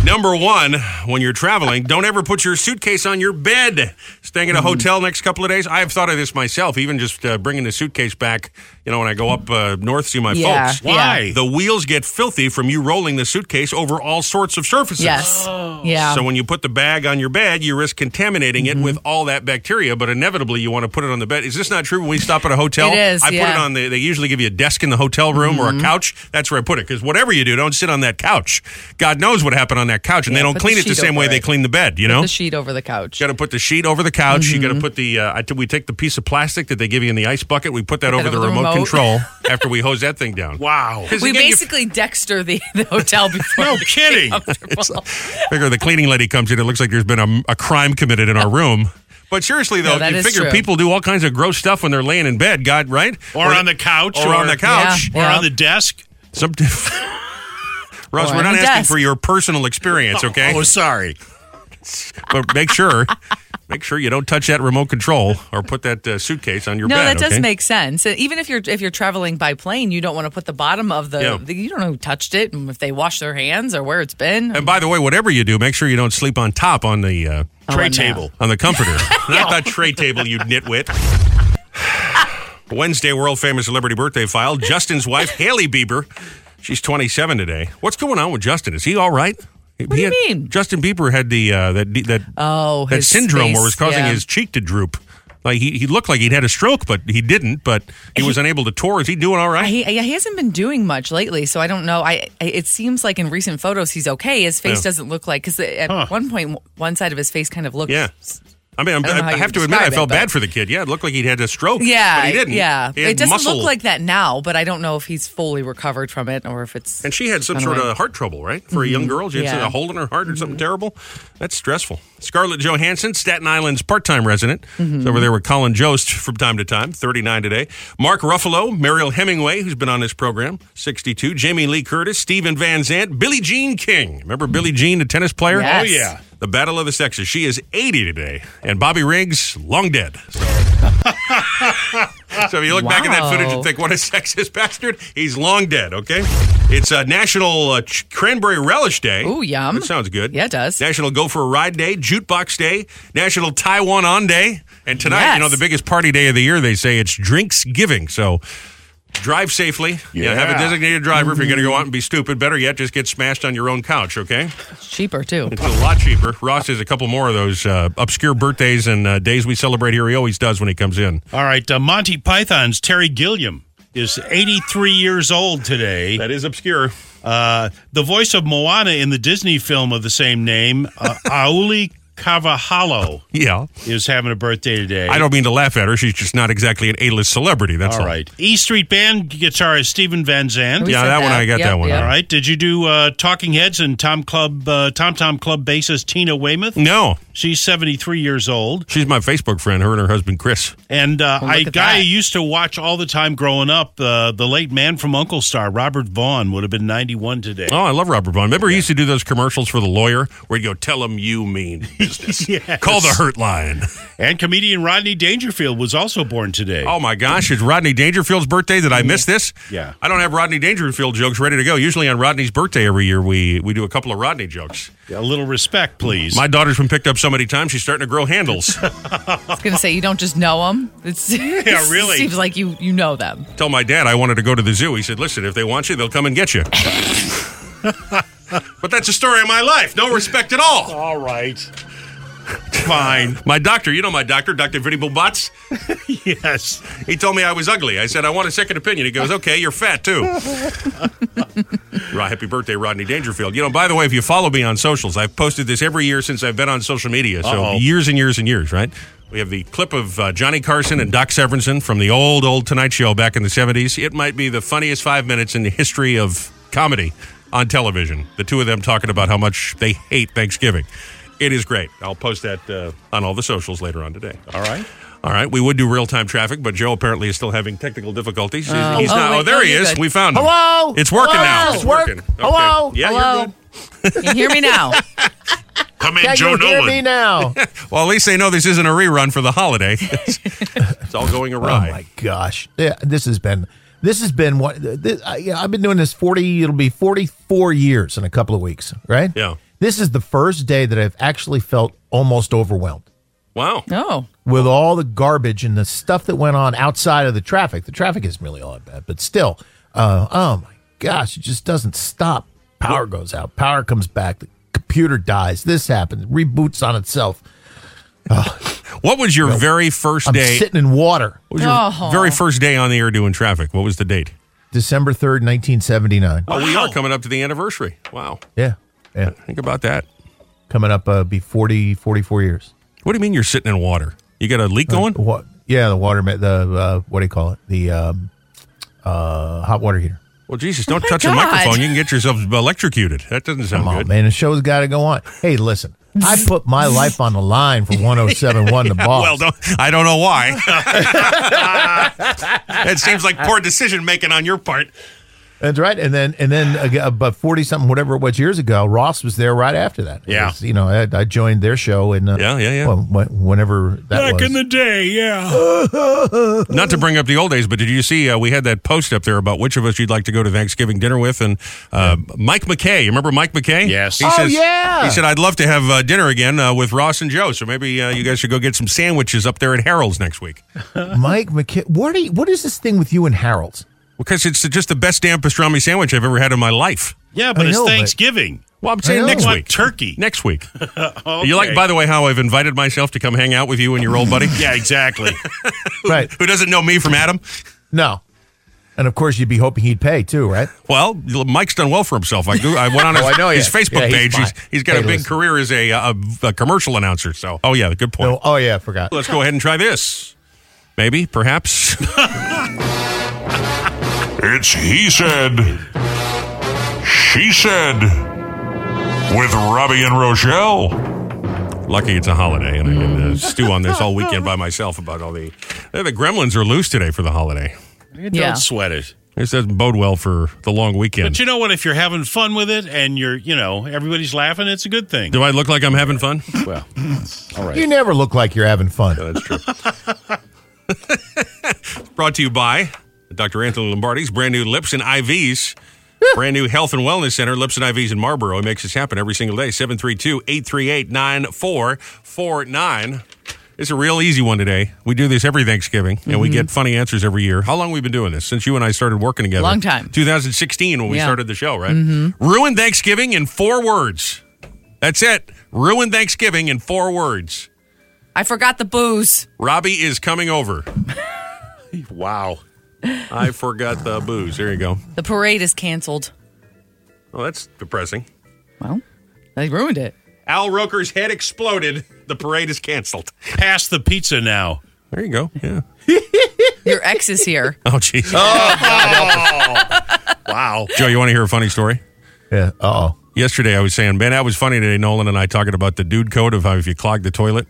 S1: Number one, when you're traveling, don't ever put your suitcase on your bed. Staying at a hotel next couple of days, I have thought of this myself. Even just uh, bringing the suitcase back, you know, when I go up uh, north, see my
S4: Yeah,
S1: folks.
S4: Why? yeah.
S1: The wheels get filthy from you rolling the suitcase over all sorts of surfaces.
S4: Yes.
S10: Oh.
S4: Yeah. Mm-hmm.
S1: So when you put the bag on your bed, you risk contaminating it with all that bacteria, but inevitably you want to put it on the bed. Is this not true when we stop at a hotel?
S4: It is,
S1: I put
S4: yeah. Mm-hmm.
S1: it on the they usually give you a desk in the hotel room or a couch. That's where I put it cuz whatever you do, don't sit on that couch. God knows what happened on that couch and
S4: Yeah,
S1: they don't
S4: put
S1: clean
S4: the
S1: it the
S4: sheet
S1: same way
S4: over
S1: they
S4: it.
S1: clean the bed, you
S4: Put
S1: know?
S4: the sheet over the couch. Mm-hmm.
S1: You got to put the sheet over the couch. You got to put the. Uh, I t- we take the piece of plastic that they give you in the ice bucket. We put that over, the, remote,
S4: [laughs]
S1: control after we hose that thing down. Wow!
S4: We basically Dexter the, [laughs] the hotel before. no
S3: kidding.
S1: [laughs] figure the cleaning lady comes in. It looks like there's been a, a crime committed in our room. But seriously,
S3: No,
S1: though,
S3: that
S1: you
S3: is
S1: figure
S3: true.
S1: people do all kinds of gross stuff when they're laying in bed, God, right?
S3: Or, on the couch.
S1: or, on the couch,
S3: Or on the desk.
S1: Some, [laughs] Ross,
S3: Or
S1: we're
S3: on
S1: not
S3: the
S1: asking
S3: desk.
S1: for your personal experience, okay?
S3: Oh, sorry.
S1: [laughs] But make sure, make sure you don't touch that remote control or put that uh, suitcase on your
S4: no,
S1: bed.
S4: that does
S1: okay?
S4: make sense. And Even if you're if you're traveling by plane, you don't want to put the bottom of the,
S1: Yeah.
S4: the- you don't know who touched it and if they wash their hands or where it's been.
S1: And by the way, whatever you do, make sure you don't sleep on top on the uh,
S4: Oh, Tray no. table.
S1: on the
S4: [laughs]
S1: comforter, not the tray table. You nitwit. Wednesday, world famous celebrity birthday file. Justin's wife, Haley Bieber. She's 27 today. What's going on with Justin? Is he all right? What
S4: do you mean?
S1: Justin Bieber had the uh, that that
S4: Oh,
S1: that
S4: his
S1: syndrome
S4: face,
S1: where it was causing
S4: yeah.
S1: his cheek to droop. Like he, he looked like he'd had a stroke, but he didn't. But he, was unable to tour. Is he doing all right?
S4: He, yeah, he hasn't been doing much lately, so I don't know. I, I it seems like in recent photos he's okay. His face
S1: Yeah.
S4: doesn't look like because at
S1: Huh.
S4: one point one side of his face kind of looked.
S1: Yeah. I mean, I'm,
S4: I don't know
S1: I,
S4: how you
S1: have to
S4: would
S1: admit, I
S4: describe it,
S1: felt bad
S4: but-
S1: for the kid. Yeah, it looked like he'd had a stroke. [laughs]
S4: Yeah,
S1: but he didn't.
S4: Yeah,
S1: He had
S4: it doesn't
S1: muscle.
S4: look like that now, but I don't know if he's fully recovered from it or if it's.
S1: And she had some
S4: gone
S1: sort
S4: away.
S1: of heart trouble, right? For a young
S4: Mhm.
S1: girl, she had
S4: Yeah.
S1: a hole in her heart or something terrible. That's stressful. Scarlett Johansson, Staten Island's part-time resident, is over there with Colin Jost from time to time. Thirty-nine today. Mark Ruffalo, Mariel Hemingway, who's been on this program, sixty-two. Jamie Lee Curtis, Stephen Van Zant, Billie Jean King. Remember Billie Jean, the tennis player?
S3: Yes. Oh, yeah.
S1: The battle of the sexes. She is eighty
S3: [laughs]
S1: today, and Bobby Riggs, long dead. So if you look back at that footage and
S3: Wow.
S1: think, what a sexist bastard, he's long dead, okay? It's uh, National uh, Ch- Cranberry Relish Day. Ooh, yum. That sounds good. Yeah, it does. National Go for a Ride Day, Jukebox Day, National Taiwan On Day. And tonight, you
S3: Yes.
S1: know, the biggest party day of the year, they say it's Drinks Giving. So drive safely. You know, have a
S3: Yeah. Mm-hmm.
S1: designated driver if you're going to go out and be stupid. Better yet, just get smashed on your own couch, okay?
S4: It's cheaper too.
S1: It's a lot cheaper. Ross has a couple more of those uh, obscure birthdays and uh, days we celebrate here. He always does when he comes in.
S3: All right, uh, Monty Python's Terry Gilliam is 83 years old today. That
S1: is obscure.
S3: Uh, the voice of Moana in the Disney film of the same name,
S1: [laughs]
S3: uh, Auli Cavajalo,
S1: Yeah.
S3: is having a birthday today.
S1: I don't mean to laugh at her. She's just not exactly an A-list celebrity. That's all
S3: All right. E Street Band guitarist Stephen Van Zandt.
S1: We Yeah, said that one, that. I got Yep, that one. yep.
S3: All right. Did you do uh, Talking Heads and Tom Club uh, Tom Tom Club bassist Tina Weymouth?
S1: No.
S3: She's 73 years old.
S1: She's my Facebook friend, her and her husband Chris.
S3: And uh,
S1: Well,
S3: a
S1: look at
S3: guy I
S1: that.
S3: used to watch all the time growing up, uh, the late man from Uncle Star, Robert Vaughn, would have been 91 today.
S1: Oh, I love Robert Vaughn. Remember he used to do those commercials for the lawyer where he'd go, "Tell him
S3: [laughs]
S1: you mean business. Call the Hurt Line."
S3: And comedian Rodney Dangerfield was also born today.
S1: Oh my gosh, it's Rodney Dangerfield's birthday. Did I miss this?
S3: Yeah.
S1: I don't have Rodney Dangerfield jokes ready to go. Usually on Rodney's birthday every year, we we do a couple of Rodney jokes.
S3: A little respect, please.
S1: My daughter's been picked up so many times; she's starting to
S3: [laughs]
S1: grow handles.
S4: I was gonna say you don't just know them.
S1: [laughs]
S4: It's, [laughs] yeah,
S1: really.
S4: Seems like you you know them.
S1: Tell my dad I wanted to go to the zoo. He said, "Listen, if they want you, they'll come
S3: [laughs]
S1: and get you." but that's the story of my life. No respect at all.
S3: All right.
S1: Fine. my doctor, you know my doctor, Dr. Vinny Bobots?
S3: [laughs] yes.
S1: He told me I was ugly. I said, I want a second opinion. He goes, okay, you're fat too. Right, Happy birthday, Rodney Dangerfield. You know, by the way, if you follow me on socials, I've posted this every year since I've been on social media. So
S3: Uh-oh.
S1: years and years and years, right? We have the clip of uh, Johnny Carson and Doc Severinsen from the old, old Tonight Show back in the 70s. It might be the funniest five minutes in the history of comedy on television. The two of them talking about how much they hate Thanksgiving. It is great. I'll post that uh, on all the socials later on today.
S3: All right.
S1: All right. We would do real time traffic, but Joe apparently is still having technical difficulties. He's-
S2: Oh.
S1: he's
S2: Oh,
S1: not.
S2: wait,
S1: oh, there
S2: no,
S1: he
S2: you're
S1: is.
S2: good.
S1: We found him.
S2: Hello?
S1: It's working
S2: Hello?
S1: now. It's
S2: Does work?
S1: working.
S2: Hello?
S1: Yeah,
S2: Hello?
S1: you're good.
S4: You hear me now?
S1: [laughs] Come
S2: Can you hear me now?
S1: [laughs] well, at least they know this isn't a rerun for the holiday. [laughs] it's all going awry.
S2: Oh my gosh. Yeah, this has been This has been what this, I, yeah, I've been doing this 40, it'll be 44 years in a couple of weeks, right?
S1: Yeah.
S2: This is the first day that I've actually felt almost overwhelmed
S1: Wow.
S4: No.
S2: with all the garbage and the stuff that went on outside of the traffic. The traffic isn't really all that bad, but still, uh, oh my gosh, it just doesn't stop. Power goes out, power comes back, the computer dies, this happens, reboots on itself.
S1: [laughs] What was your very first
S2: I'm
S1: day?
S2: sitting in water.
S1: What was your
S2: Oh.
S1: very first day on the air doing traffic? What was the date?
S2: December 3rd, 1979.
S1: Oh, we are coming up to the anniversary. Wow.
S2: Yeah. Yeah.
S1: Think about that.
S2: Coming up, uh, be 40, 44 years.
S1: What do you mean you're sitting in water? You got a leak going?
S2: Uh, What? Yeah, the water, ma- the, uh, what do you call it? The um, uh, hot water heater.
S1: Well, Jesus, don't
S2: Oh, my
S1: touch
S2: God.
S1: your microphone. You can get yourself electrocuted. That doesn't sound
S2: Come on,
S1: good.
S2: Oh, man. The show's got to go on. Hey, listen, I put my life on the line
S1: [laughs]
S2: for 1071 The Boss.
S1: Well, don't, I don't know why. [laughs] it seems like poor decision making on your part.
S2: That's right. And then, and then aga- about 40 something, whatever it was years ago, Ross was there right after that. It
S1: Yeah.
S2: was, you know, I, I joined their show and, uh,
S1: Yeah, yeah, yeah.
S2: well, wh- whenever that was.
S3: the day, yeah.
S1: [laughs] Not to bring up the old days, but did you see uh, we had that post up there about which of us you'd like to go to Thanksgiving dinner with? And uh, Mike McKay, you remember Mike McKay? Yes. He
S2: Oh,
S1: says,
S2: yeah.
S1: He said, I'd love to have uh, dinner again uh, with Ross and Joe. So maybe uh, you guys should go get some sandwiches up there at Harold's next week.
S2: [laughs] Mike McKay. What, are you, what is this thing with you and Harold's?
S1: Because it's just the best damn pastrami sandwich I've ever had in my life.
S3: Yeah, but
S2: I
S3: it's
S2: know, but-
S3: Thanksgiving.
S1: Well, I'm
S2: I
S1: saying
S2: know.
S1: next
S3: What, [laughs]
S1: week.
S3: turkey?
S1: Next week.
S3: Okay.
S1: You like, by the way, how I've invited myself to come hang out with you and your old buddy?
S3: [laughs] yeah,
S1: [laughs]
S3: exactly.
S2: Right.
S1: Who doesn't know me from Adam?
S2: No. And of course, you'd be hoping he'd pay too, right?
S1: Well, Mike's done well for himself. I, go- I went on his,
S2: Oh, I know he
S1: his
S2: is.
S1: Facebook
S2: Yeah, he's
S1: page. He's,
S2: fine.
S1: he's got
S2: Hey,
S1: a big
S2: listen.
S1: career as a, uh, a, a commercial announcer. So, oh yeah, good point.
S2: No, oh, yeah, I forgot.
S1: Let's go ahead and try this. Maybe, perhaps.
S20: It's He Said, She Said, with Robbie and Rochelle.
S1: Lucky it's a holiday, and I can uh, stew on this all weekend by myself about all the. Uh, the gremlins are loose today for the holiday.
S3: Don't sweat it.
S1: This doesn't bode well for the long weekend.
S3: But you know what? If you're having fun with it and you're, you know, everybody's laughing, it's a good thing.
S1: Do I look like I'm having fun?
S3: Well, all right.
S2: You never look like you're having fun.
S1: that's true. Brought to you by Dr. Anthony Lombardi's brand new Lips and IVs. Brand new health and wellness center, Lips and IVs in Marlboro. It makes this happen every single day. 732 838 9449. It's a real easy one today. We do this every Thanksgiving, and we
S4: Mm-hmm.
S1: get funny answers every year. How long have we been doing this? Since you and I started working together.
S4: Long time.
S1: 2016 when we
S4: Yeah.
S1: started the show, right?
S4: Mm-hmm.
S1: Ruin Thanksgiving in four words. That's it. Ruin Thanksgiving in four words.
S4: I forgot the booze.
S1: Robbie is coming over.
S3: Wow.
S1: I forgot the booze. There you go.
S4: The parade is canceled.
S1: Well, that's depressing.
S4: Well, they ruined it.
S1: Al Roker's head exploded. The parade is canceled.
S3: Pass the pizza now.
S1: There you go.
S3: [laughs]
S1: Yeah.
S4: Your ex is
S1: [laughs]
S4: here.
S1: Oh, jeez. Oh,
S3: Wow.
S1: Joe, you want to hear a funny story?
S2: Yeah. Uh oh.
S1: Yesterday, I was saying, man, that was funny today. Nolan and I talking about the dude code of how if you clog the toilet,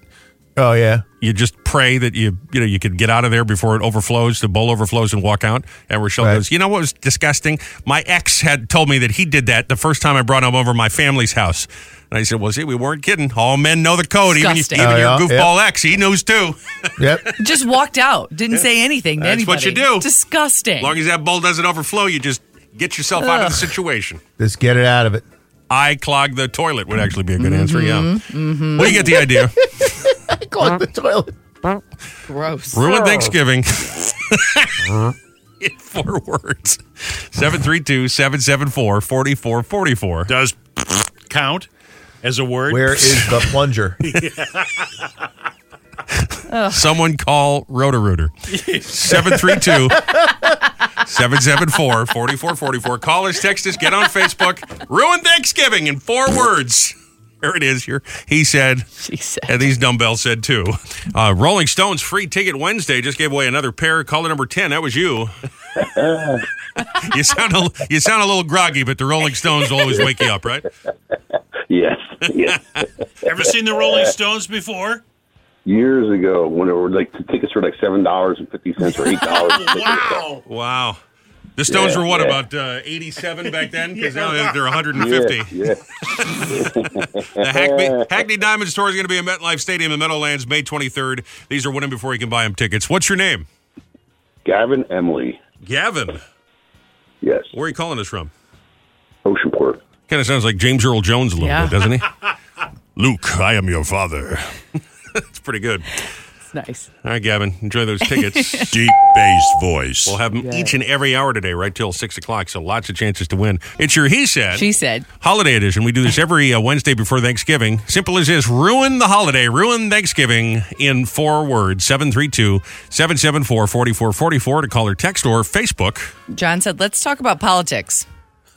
S2: Oh, yeah.
S1: you just pray that you you know you could get out of there before it overflows, the bowl overflows, and walk out. And Rochelle
S2: Right.
S1: goes, you know what was disgusting? My ex had told me that he did that the first time I brought him over to my family's house. And I said, well, see, we weren't kidding. All men know the code. Even,
S4: Disgusting.
S1: even
S2: Oh,
S1: your
S2: yeah,
S1: goofball ex, he knows too.
S2: [laughs] Yep.
S4: [laughs] Just walked out. Didn't say anything to
S1: That's
S4: anybody.
S1: what you do.
S4: Disgusting.
S1: As long as that bowl doesn't overflow, you just get yourself out of the situation.
S2: Just get it out of it.
S1: I clog the toilet would actually be a good answer. Yeah.
S2: Mm-hmm.
S1: Well, you get the idea.
S2: Clog the toilet.
S4: Gross.
S1: Ruin Thanksgiving. [laughs] In four words 732 774 4444.
S3: Does count as a word?
S2: Where is the
S3: [laughs]
S2: plunger?
S1: Someone call
S3: [laughs]
S1: Roto Rooter. 732 774 4444. Call us, text us, get on Facebook. Ruin Thanksgiving in four words. There it is. Here he said,
S4: She said.
S1: and these dumbbells said too. Uh, Rolling Stones free ticket Wednesday just gave away another pair. Caller number ten, that was
S21: [laughs]
S1: you. you sound a, you sound a little groggy, but the Rolling Stones will always wake you up, right?
S21: Yes, yes.
S3: Ever seen the Rolling Stones before?
S21: Years ago, when it were like the tickets were like seven dollars and fifty cents or eight dollars.
S6: [laughs]
S21: [laughs]
S3: Wow.
S1: [laughs] Wow. The Stones
S21: Yeah,
S1: were what
S21: yeah.
S1: about uh, eighty-seven back then?
S21: [laughs]
S1: Because now they're- they're one hundred and fifty.
S21: Yeah.
S1: The
S3: [laughs]
S1: Hackney, Hackney Diamonds Tour is going to be at MetLife Stadium in Meadowlands May 23rd. These are winning before you can buy them tickets. What's your name?
S21: Gavin Emily.
S1: Gavin.
S21: Yes.
S1: Where are you calling us from?
S21: Oceanport.
S1: Kind of sounds like James Earl Jones a little
S4: Yeah.
S1: bit, doesn't he? Luke, I am your father. [laughs] It's pretty good.
S4: It's nice.
S1: All right, Gavin, enjoy
S4: [laughs]
S1: those tickets.
S3: Deep bass voice.
S1: We'll have them each and every hour today, right till six o'clock. So lots of chances to win. It's your he said,
S4: She said.
S1: holiday edition. We do this every uh, Wednesday before Thanksgiving. Simple as this ruin the holiday, ruin Thanksgiving in four words 732 774 4444 to call or text or Facebook.
S4: John said, let's talk about politics.
S3: [laughs]
S1: [laughs]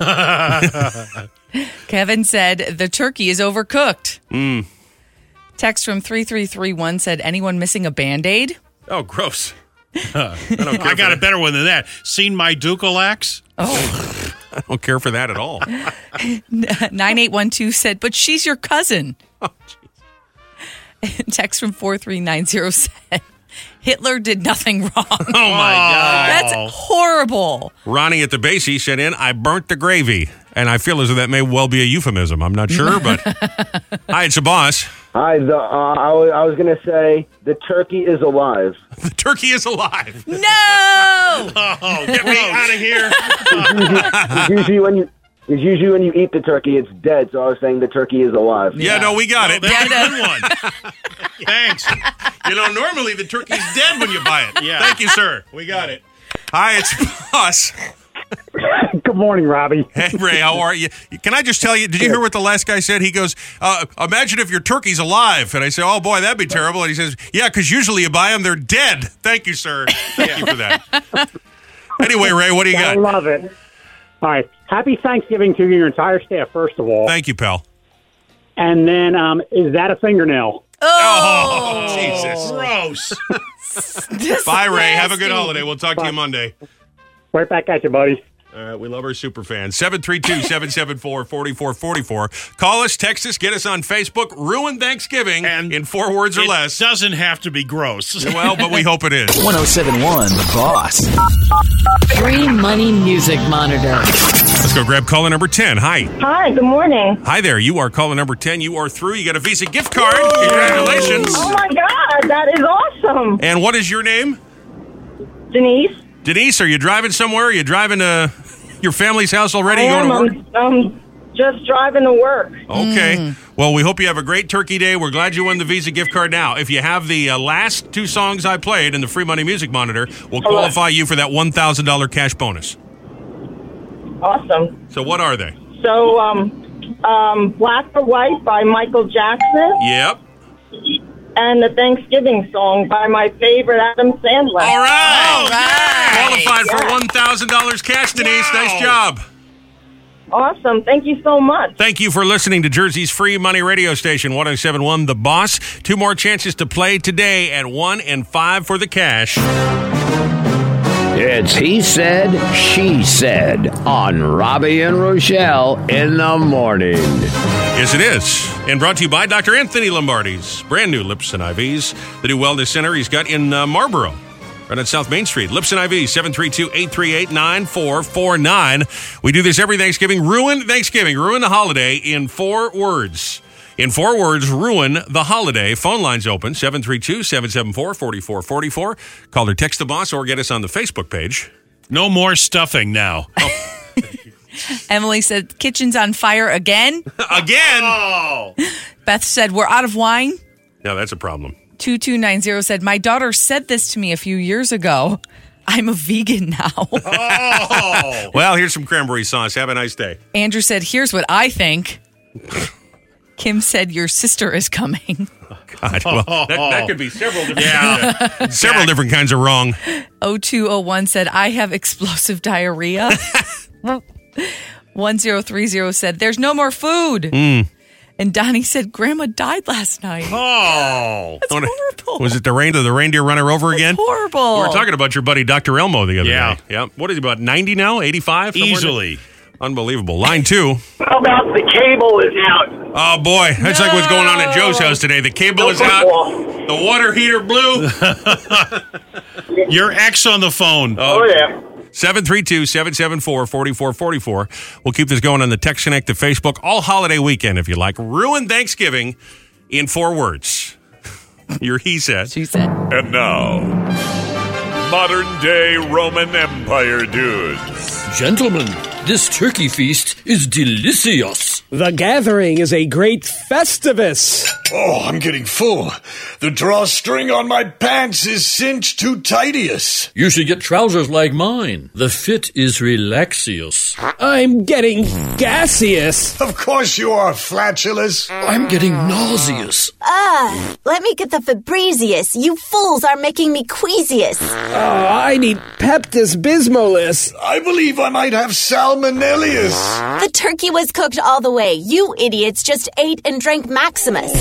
S4: Kevin said, the turkey is overcooked.
S1: Mm.
S4: Text from 3331 said, anyone missing a band aid?
S3: [laughs]
S1: Oh, gross.
S3: I,
S1: don't care
S3: got
S1: for
S3: a better one than that. Seen my Dukalax?
S1: I don't care for that at all.
S4: [laughs] 9812 said, but she's your cousin. [laughs] Text from 43907. Hitler did nothing wrong. Oh, my
S1: God.
S4: That's horrible.
S1: Ronnie at the base, he sent in, I burnt the gravy. And I feel as though that may well be a euphemism. I'm not sure,
S4: [laughs]
S1: but. Hi, it's a boss.
S19: Hi, the, uh, I, w- I was going to say the turkey is alive.
S1: The turkey is alive.
S4: No!
S1: [laughs]
S4: oh,
S3: get me out of here. [laughs]
S1: [laughs]
S19: it's, usually when you, it's usually when you eat the turkey, it's dead. So I was saying the turkey is alive.
S1: Yeah,
S16: [laughs]
S1: no, we got it.
S3: That's a good one.
S1: [laughs]
S3: Thanks.
S1: You know, normally the turkey's dead when you buy it.
S3: Yeah.
S1: Thank you, sir.
S3: We got it.
S1: Hi, it's [laughs] boss.
S19: Good morning, Robbie.
S1: Hey, Ray, how are you? Can I just tell you, did you hear what the last guy said? He goes, uh, Imagine if your turkey's alive. And I say, Oh, boy, that'd be terrible. And he says, Yeah, because usually you buy them, they're dead. Thank you, sir. Thank you for that. Anyway, Ray, what do
S18: [laughs]
S1: you
S18: I
S1: got?
S18: love it. All right. Happy Thanksgiving to your entire staff, first of all.
S1: Thank you, pal.
S18: And then, um, is that a fingernail?
S1: Oh, Jesus.
S3: Gross.
S1: Bye, Ray. Have a good holiday. We'll talk to you Monday.
S18: Right back at you, buddy.
S1: All right, Uh, we love our super fans. 732 774 4444. Call us, text us, get us on Facebook. Ruin Thanksgiving in four words or
S3: It
S1: less.
S3: doesn't have to be gross.
S1: [laughs] Well, but we hope it is.
S22: 1071 The Boss.
S23: Free money music monitor.
S1: Let's go grab caller number 10. Hi.
S23: Hi, good morning.
S1: Hi there. You are caller number 10. You are through. You got a Visa gift card. Congratulations.
S23: Oh my God, that is awesome.
S1: And what is your name?
S23: Denise,
S1: Denise, are you driving somewhere? Are you driving to your family's house already?
S23: I
S1: You
S23: am.
S1: going to work?
S23: I'm, I'm just driving to work.
S1: Okay.
S23: Hmm.
S1: Well, we hope you have a great Turkey Day. We're glad you won the Visa gift card. Now, if you have the uh, last two songs I played in the Free Money Music Monitor, we'll qualify you for that one thousand dollar cash bonus.
S11: Hmm.
S23: Awesome.
S1: So, what are they?
S23: So, um, um, Black or White by Michael Jackson
S1: Yep.
S23: and the Thanksgiving song by my favorite Adam Sandler.
S1: All right. Qualified for one thousand dollars cash, Denise. Nice job.
S23: Awesome. Thank you so much.
S1: Thank you for listening to Jersey's free money radio station 1071 The Boss. Two more chances to play today at 1 and 5 for the cash.
S24: It's He Said, She Said on Robbie and Rochelle in the morning.
S1: Yes, it is. And brought to you by Dr. Anthony Lombardi's brand new Lips and IVs, the new wellness center he's got in uh, Marlboro, right on South Main Street. Lips and IVs, 732 838 9449. We do this every Thanksgiving. Ruin Thanksgiving, ruin the holiday in four words. In four words, ruin the holiday. Phone lines open 732 774 4444. Call or text the boss or get us on the Facebook page.
S3: No more stuffing now.
S4: Emily said, kitchen's on fire again.
S1: [laughs] Again?
S4: Beth said, we're out of wine.
S1: Now that's a problem.
S4: 2290 said, my daughter said this to me a few years ago. I'm a vegan now. [laughs]
S3: Oh.
S1: Well, here's some cranberry sauce. Have a nice day.
S4: Andrew said, here's what I [laughs] think. Kim said, your sister is coming.
S1: God, well, that, that could be several different,
S3: Yeah.
S1: several different kinds of wrong.
S4: 0201 said, I have explosive [laughs] diarrhea. 1030 said, There's no more food.
S1: Hmm.
S4: And Donnie said, Grandma died last night.
S3: Oh,
S1: That's horrible. Was it the reindeer? The reindeer runner over again?
S4: horrible.
S1: We were talking about your buddy Dr. Elmo the other
S3: Yeah.
S1: day. Yeah. What is he about? Ninety now? Eighty-five? Somewhere in-
S3: Easily.
S1: Unbelievable. Line two.
S25: How about the cable is out?
S1: Oh boy, that's like what's going on at Joe's house today. The cable is out. The water heater blew.
S3: [laughs] Your ex on the phone.
S1: Oh, yeah. 732 774 4444. We'll keep this going on the Text Connect to Facebook all holiday weekend if you like. Ruin Thanksgiving [laughs] in four words. Your he said. She
S4: said.
S20: And now,
S5: modern day Roman Empire dudes.
S6: Gentlemen, this turkey feast is delicious.
S7: The gathering is a great festivus.
S8: Oh, I'm getting full. The drawstring on my pants is cinched too titious.
S6: You should get trousers like mine. The fit is relaxius.
S7: I'm getting gaseous.
S8: Of course you are, flatulous.
S6: I'm getting nauseous.
S9: Ugh, let me get the Fabrizius. You fools are making me queasiest.
S7: Oh, I need Peptis Bismolus.
S8: I believe I might have salmonellius.
S9: The turkey was cooked all the way. You idiots just ate and drank Maximus.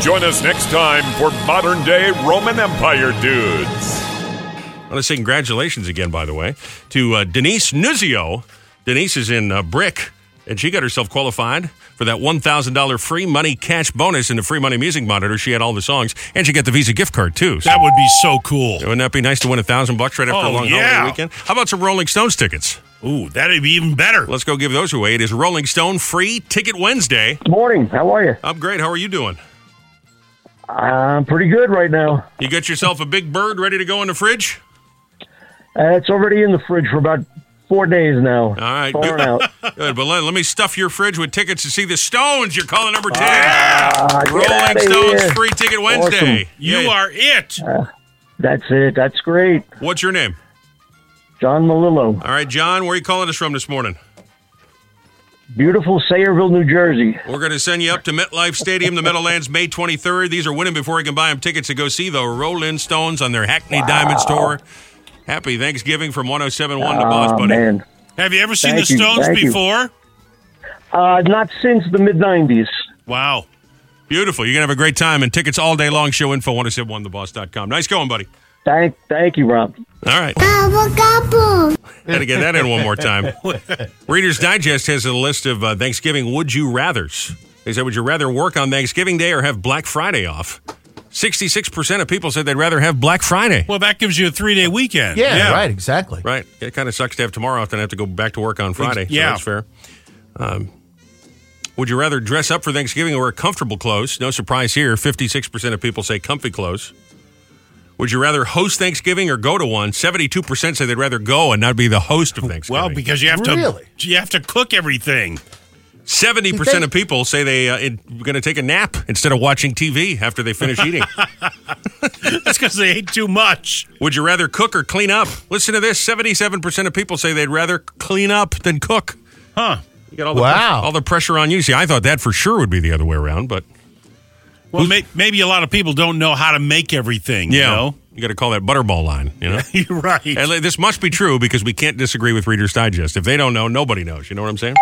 S5: Join us next time for modern day Roman Empire dudes.
S1: I want to say congratulations again, by the way, to uh, Denise Nuzio. Denise is in uh, Brick, and she got herself qualified for that $1,000 free money cash bonus in the free money music monitor. She had all the songs, and she got the Visa gift card, too. So
S3: That would be so cool.
S1: wouldn't that be nice to win a 1000 bucks right after
S3: Oh,
S1: a long
S3: yeah.
S1: holiday weekend? How about some Rolling Stones tickets?
S3: Ooh, that'd be even better.
S1: Let's go give those away. It is Rolling Stone Free Ticket Wednesday.
S26: Morning. How are you?
S1: I'm great. How are you doing?
S18: Uh,
S26: I'm pretty good right now.
S1: You got yourself a big bird ready to go in the fridge?
S26: Uh, it's already in the fridge for about four days now. All
S1: right,
S26: Far
S1: good.
S26: out.
S1: [laughs] Good, but let, let me stuff your fridge with tickets to see the Stones. You're calling number 10.
S3: Ah,
S26: get
S1: Rolling
S26: outta
S1: Stones
S26: here.
S1: Free Ticket
S26: Awesome.
S1: Wednesday.
S3: You
S1: Yeah.
S3: are it.
S26: Uh, That's it. That's great.
S1: What's your name?
S26: John Malillo,
S1: All right, John, where are you calling us from this morning?
S26: beautiful Sayreville, New Jersey.
S1: We're going to send you up to MetLife Stadium, the Meadowlands, May 23rd. These are winning before you can buy them tickets to go see the Rolling Stones on their Hackney Diamonds tour. Happy Thanksgiving from 1071 to Boss
S26: Ah,
S1: Buddy.
S26: man.
S3: Have you ever seen
S26: Thank
S3: the
S26: you,
S3: Stones
S26: thank you.
S3: before?
S26: Uh, not since the mid '90s.
S3: Wow.
S1: Beautiful. You're going to have a great time and tickets all day long. Show info 1071theboss.com. Nice going, buddy.
S26: Thank, thank you, Rob.
S1: All right. [laughs] Had to get that in one
S25: [laughs]
S1: more time. Reader's Digest has a list of uh, Thanksgiving would you rather's. They said, would you rather work on Thanksgiving Day or have Black Friday off? 66% of people said they'd rather have Black Friday.
S3: Well, that gives you a three day weekend.
S2: Yeah, right, exactly.
S1: Right. It kind of sucks to have tomorrow off and have to go back to work on Friday.
S3: yeah.
S1: So that's fair. Um, would you rather dress up for Thanksgiving or wear comfortable clothes? No surprise here. 56% of people say comfy clothes. Would you rather host Thanksgiving or go to one? 72% say they'd rather go and not be the host of Thanksgiving.
S3: Well, because you have to
S2: Really?
S3: you have to cook everything.
S1: Seventy percent of people say they uh, are going to take a nap instead of watching TV after they
S3: [laughs]
S1: finish eating.
S3: That's because they ate too much.
S1: Would you rather cook or clean up? Listen to this: seventy-seven percent of people say they'd rather clean up than cook.
S3: Huh.
S1: You got all the
S2: Wow.
S1: all the pressure on you. See, I thought that for sure would be the other way around, but
S3: Well, may, maybe a lot of people don't know how to make everything.
S1: yeah,
S3: You know?
S1: you got to call that butterball line. You know,
S3: [laughs] You're right.
S1: and like, this must be true because we can't disagree with Reader's Digest. If they don't know, nobody knows. You know what I'm saying?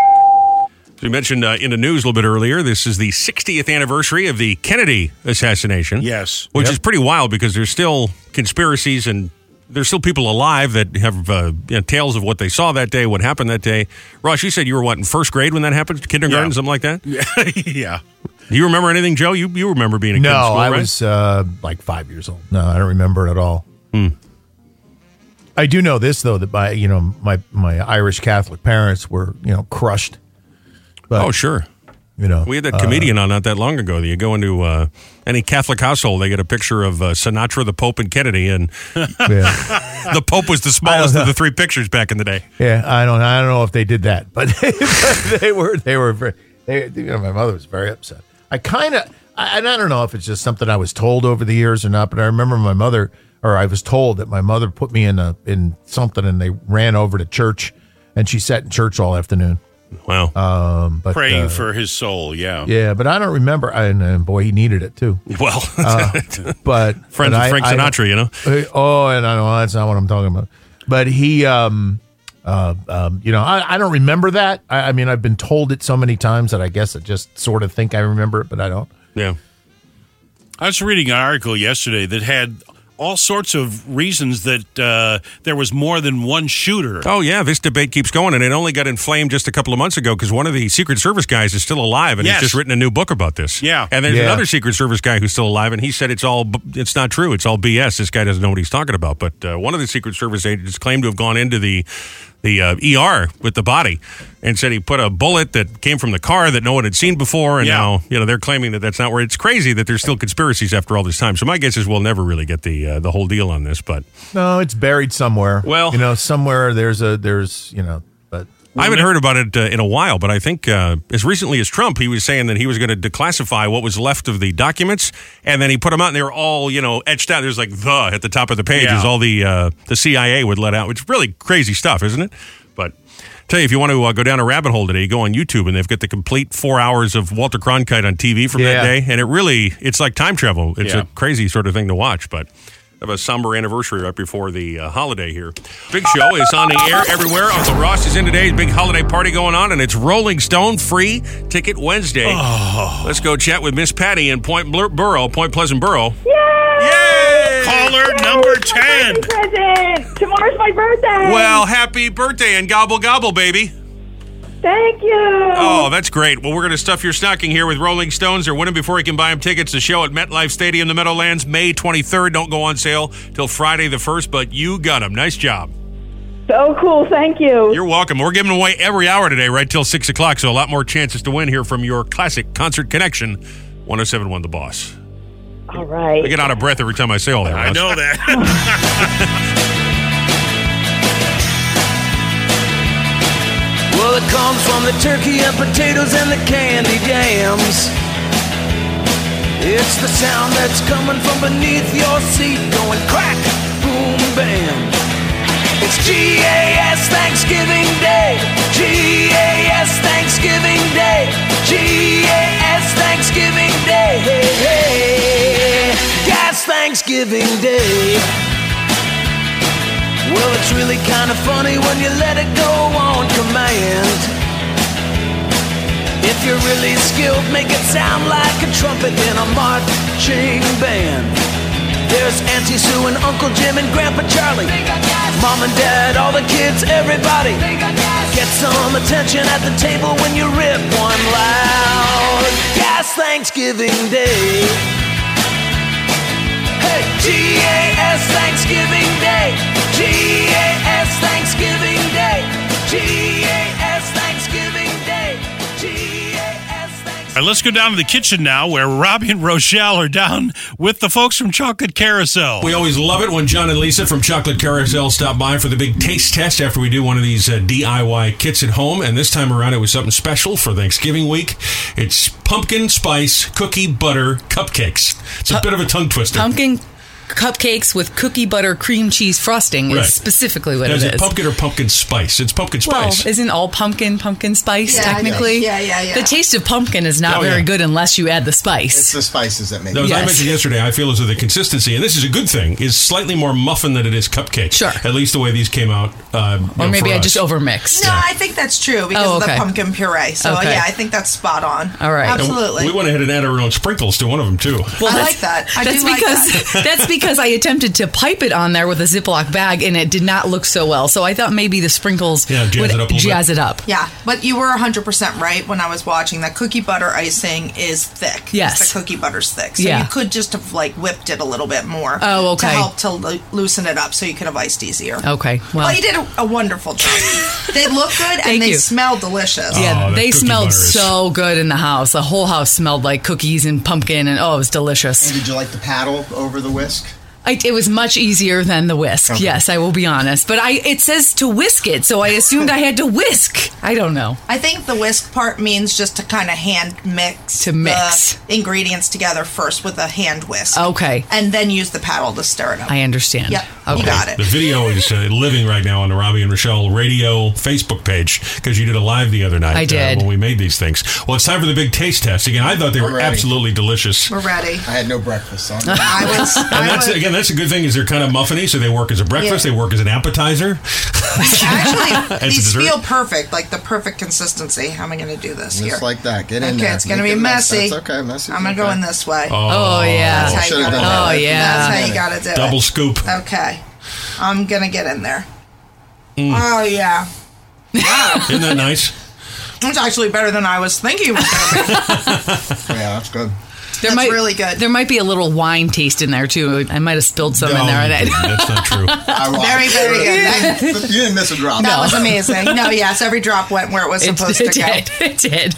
S1: As we mentioned uh, in the news a little bit earlier, this is the 60th anniversary of the Kennedy assassination.
S3: Yes.
S1: which is pretty wild because there's still conspiracies and there's still people alive that have uh, you know, tales of what they saw that day, what happened that day. Ross, you said you were what in first grade when that happened, kindergarten,
S3: Yeah.
S1: something like that. Do
S3: [laughs] yeah.
S1: you remember anything, Joe? You you remember being a kid
S2: No,
S1: in school,
S2: I
S1: right?
S2: was uh, like five years old. No, I don't remember it at all.
S1: Hmm.
S2: I do know this though that my you know my my Irish Catholic parents were you know crushed. But,
S1: oh, sure.
S2: you know
S1: We had that
S2: uh,
S1: comedian on not that long ago. That you go into uh, any Catholic household, they get a picture of uh, Sinatra, the Pope, and Kennedy, and
S2: [laughs] yeah,
S1: [laughs] the Pope was the smallest of the three pictures back in the day.
S2: yeah, I don't I don't know if they did that, but [laughs] they were they were very they you know my mother was very upset. I kind of I, and I don't know if it's just something I was told over the years or not, but I remember my mother or I was told that my mother put me in a in something and they ran over to church and she sat in church all afternoon.
S1: Wow.
S2: Um, but
S3: Praying
S2: uh,
S3: for his soul. Yeah.
S2: Yeah, but I don't remember. And, and boy, he needed it too.
S1: well,
S3: [laughs]
S1: [laughs]
S2: Uh, but
S1: friends
S2: but
S1: with
S2: I-
S1: Frank
S2: I don't-
S1: Sinatra, you know.
S2: Uh, Oh, and I know that's not what I'm talking about. But he, um, uh, um, you know, I, I don't remember that. I, I mean, I've been told it so many times that I guess I just sort of think I remember it, but I don't.
S1: Yeah.
S3: I was reading an article yesterday that had all sorts of reasons that uh, there was more than one shooter.
S1: Oh yeah, this debate keeps going, and it only got inflamed just a couple of months ago because one of the Secret Service guys is still alive, and
S3: Yes.
S1: he's just written a new book about this.
S3: Yeah.
S1: and there's
S2: Yeah.
S1: another Secret Service guy who's still alive, and he said it's all b- it's not true, it's all BS. This guy doesn't know what he's talking about. But uh, one of the Secret Service agents claimed to have gone into the the uh, ER with the body and said he put a bullet that came from the car that no one had seen before. And
S3: Yeah.
S1: now, you know, they're claiming that that's not where it's crazy that there's still conspiracies after all this time. So my guess is we'll never really get the uh, the whole deal on this. But
S2: No, it's buried somewhere.
S1: Well-
S2: you know, somewhere there's a there's you know, but
S1: I haven't heard about it uh, in a while, but I think uh, as recently as Trump, he was saying that he was going to declassify what was left of the documents, and then he put them out, and they were all you know etched out. There's like the at the top of the page
S3: Yeah.
S1: is all the uh, the CIA would let out, which is really crazy stuff, isn't it? But tell you, if you want to uh, go down a rabbit hole today, go on YouTube, and they've got the complete four hours of Walter Cronkite on TV from that
S2: Yeah.
S1: day, and it really it's like time travel. It's
S3: Yeah.
S1: a crazy sort of thing to watch, but. I Have a somber anniversary right before the uh, holiday here. Big Show is on the air everywhere. Uncle Ross is in today. Big holiday party going on, and it's Rolling Stone free ticket Wednesday. Let's go chat with Miss Patty in Point Blur- Borough, Point Pleasant Borough.
S3: Caller number 10.
S25: Present. Tomorrow's my birthday.
S1: Well, happy birthday and gobble gobble, baby.
S25: thank you.
S1: Oh, that's great. Well, we're going to stuff your stocking here with Rolling Stones. They're winning before you can buy them tickets. The show at MetLife Stadium, the Meadowlands, May 23rd. Don't go on sale till Friday the 1st, but you got them. Nice job.
S25: So cool. Thank you.
S1: You're welcome. We're giving away every hour today, right till 6 o'clock, so a lot more chances to win here from your classic concert connection, 1071 The Boss.
S25: All
S1: I
S25: right.
S1: get out of breath every time I say all that.
S3: I
S1: Ross.
S3: know that.
S10: Well, it comes from the turkey and potatoes and the candy jams. It's the sound that's coming from beneath your seat, going crack, boom, bam. It's GAS Thanksgiving Day. GAS Thanksgiving Day. GAS Thanksgiving Day. Hey, hey. Gas Thanksgiving Day. Well, it's really kind of funny when you let it go on command. If you're really skilled, make it sound like a trumpet in a marching band. There's Auntie Sue and Uncle Jim and Grandpa Charlie. Mom and Dad, all the kids, everybody. Get some attention at the table when you rip one loud. Gas Thanksgiving Day. Hey, GAS Thanksgiving Day. GAS Thanksgiving Day. GAS Thanksgiving Day. GAS Thanksgiving
S3: All right, let's go down to the kitchen now where Robbie and Rochelle are down with the folks from Chocolate Carousel.
S1: We always love it when John and Lisa from Chocolate Carousel stop by for the big taste test after we do one of these uh, DIY kits at home. And this time around, it was something special for Thanksgiving week. It's pumpkin spice cookie butter cupcakes. It's a bit of a tongue twister.
S4: Pumpkin cupcakes with cookie butter cream cheese frosting
S1: Right.
S4: is specifically what
S1: Now, is
S4: it
S1: it
S4: is.
S1: pumpkin or pumpkin spice? It's pumpkin
S4: well,
S1: spice.
S4: isn't all pumpkin pumpkin spice
S10: Yeah, I guess.
S4: technically?
S10: Yeah, yeah, yeah.
S4: The taste of pumpkin is not
S1: Oh,
S4: very
S1: yeah.
S4: good unless you add the spice.
S10: It's the spices that make
S1: Now,
S10: it.
S1: as I mentioned yesterday, I feel as though the consistency, and this is a good thing, is slightly more muffin than it is cupcake. Sure. At least the way these came out. Uh, you
S4: or
S1: know,
S4: maybe
S1: for
S4: I
S1: us.
S4: just overmixed.
S10: No, I think that's true because
S4: Oh,
S10: of
S4: okay.
S10: the pumpkin puree. So
S4: Okay.
S10: yeah, I think that's spot on.
S4: All right.
S1: And
S10: absolutely.
S1: We went ahead and added our own sprinkles to one of them, too.
S10: I
S4: that's-
S10: like that. I
S4: that's
S10: do like
S4: because
S10: that.
S4: [laughs] that's because I attempted to pipe it on there with a Ziploc bag and it did not look so well. So I thought maybe the sprinkles
S1: Yeah, jazz
S4: would
S1: it up a little
S4: jazz
S1: bit.
S4: it up.
S10: Yeah, but you were 100% right when I was watching that cookie butter icing is thick.
S4: Yes.
S10: The cookie butter's thick. So
S4: Yeah.
S10: you could just have like whipped it a little bit more.
S4: Oh, okay.
S10: To help to lo- loosen it up so you could have iced easier.
S4: Okay. Well,
S10: Well, you did a, a wonderful
S4: [laughs]
S10: job. they look good
S4: Thank
S10: and they
S4: you.
S10: smell delicious.
S4: Yeah,
S1: Oh, that
S4: they
S1: cookie
S4: smelled
S1: butter is-
S4: so good in the house. The whole house smelled like cookies and pumpkin, and oh, it was delicious.
S11: Did you like the paddle over the whisk?
S4: I, it was much easier than the whisk. Yes, I will be honest, but I it says to whisk it, so I assumed I had to whisk. I don't know.
S10: I think the whisk part means just to kind of hand mix
S4: To mix.
S10: the ingredients together first with a hand whisk.
S4: Okay.
S10: And then use the paddle to stir it up.
S4: I understand.
S10: Yep,
S11: [laughs]
S10: you got it.
S1: The video is uh, living right now on the Robbie and Rochelle radio Facebook page because you did a live the other night.
S4: I
S1: uh,
S4: did.
S1: when we made these things. Well, it's time for the big taste test again. I thought they were
S11: Alrighty.
S1: absolutely delicious.
S10: We're ready.
S11: I had no breakfast,
S10: [laughs]
S11: so I'm
S10: I was. I
S1: And that's
S10: was-
S1: again. That's a good thing is they're kind of muffiny, so they work as a breakfast.
S10: Yeah.
S1: They work as an appetizer. [laughs] As a
S10: Actually, these
S1: dessert?
S10: feel perfect, like the perfect consistency. How am I going to do this here?
S11: just like that. Get in
S10: okay,
S11: there.
S10: it's going to
S11: Make
S10: be
S11: it nice.
S10: messy.
S11: That's okay. Messy.
S10: I'm going to go in this way.
S4: Oh, yeah.
S10: That's how you
S11: Should've
S10: gotta
S11: done
S10: do
S11: that.
S10: it.
S11: Oh, yeah.
S10: That's how you got to do
S1: Double
S10: it.
S1: scoop.
S10: Okay. I'm going to get in there.
S11: Mm.
S10: Oh, yeah. Wow.
S1: Mm. Isn't that nice?
S10: That's actually better than I was thinking it was going to be.
S11: Yeah, that's good.
S4: There might, really good. There might be a little wine taste in there too. I might have spilled some in [laughs] there.
S1: That's not true.
S11: [laughs]
S12: Very, very good. That,
S8: You didn't miss a drop.
S12: that was
S2: [laughs]
S12: amazing. No, yes, every drop went where it was supposed to go. Um,
S4: It did.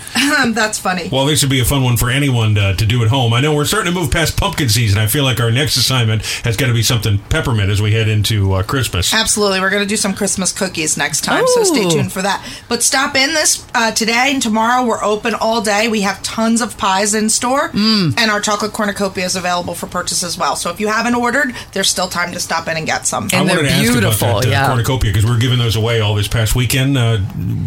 S12: That's funny.
S1: Well, this would be a fun one for anyone to, to do at home. I know we're starting to move past pumpkin season. I feel like our next assignment has got to be something peppermint as we head into uh, Christmas.
S12: Absolutely. We're going to do some Christmas cookies next time, so stay
S1: Ooh.
S12: tuned for that. But stop in this uh, today and tomorrow. We're open all day. We have tons of pies in store, and our chocolate cornucopia is available for purchase as well. So if you haven't ordered, there's still time to stop in and get some.
S1: I wanted to ask about that uh, cornucopia because we were giving those away all this past weekend. Uh,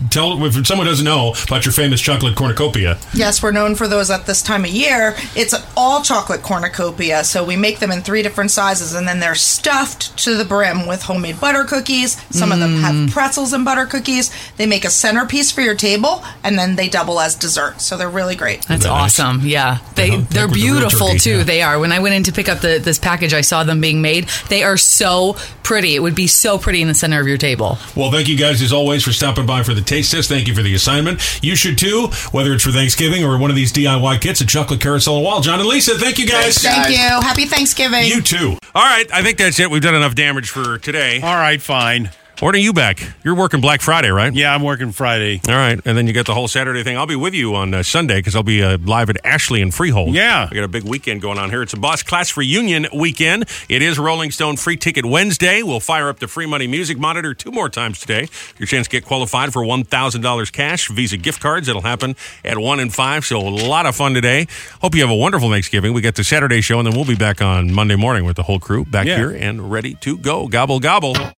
S1: tell if someone doesn't know about your famous chocolate cornucopia.
S12: Yes, we're known for those at this time of year. It's an all chocolate cornucopia, so we make them in three different sizes, and then they're stuffed to the brim with homemade butter cookies. Some of them
S4: Mm.
S12: have pretzels and butter cookies. They make a centerpiece for your table, and then they double as dessert. So they're really great.
S4: That's awesome. Yeah. They they're
S12: with the real
S4: beautiful
S12: turkey,
S4: too.
S12: yeah.
S4: They are. When I went in to pick up the this package, I saw them being made. They are so pretty. It would be so pretty in the center of your table.
S1: Well, thank you guys as always for stopping by for the taste test. Thank you for the assignment. You should too, whether it's for Thanksgiving or one of these DIY kits, a chocolate carousel and wall. John and Lisa, thank you guys.
S12: Thank you. Happy Thanksgiving.
S1: You too. All right, I think that's it. We've done enough damage for today. All
S3: right, fine.
S1: When are you back? You're working Black Friday, right?
S3: Yeah, I'm working Friday.
S1: All right, and then you get the whole Saturday thing. I'll be with you on uh, Sunday because I'll be uh, live at Ashley and Freehold.
S3: Yeah.
S1: we got a big weekend going on here. It's a Boss Class Reunion weekend. It is Rolling Stone Free Ticket Wednesday. We'll fire up the Free Money Music Monitor two more times today. Your chance to get qualified for one thousand dollars cash, Visa gift cards. It'll happen at one and five. So a lot of fun today. Hope you have a wonderful Thanksgiving. We get the Saturday show, and then we'll be back on Monday morning with the whole crew back
S3: Yeah.
S1: here and ready to go. Gobble gobble.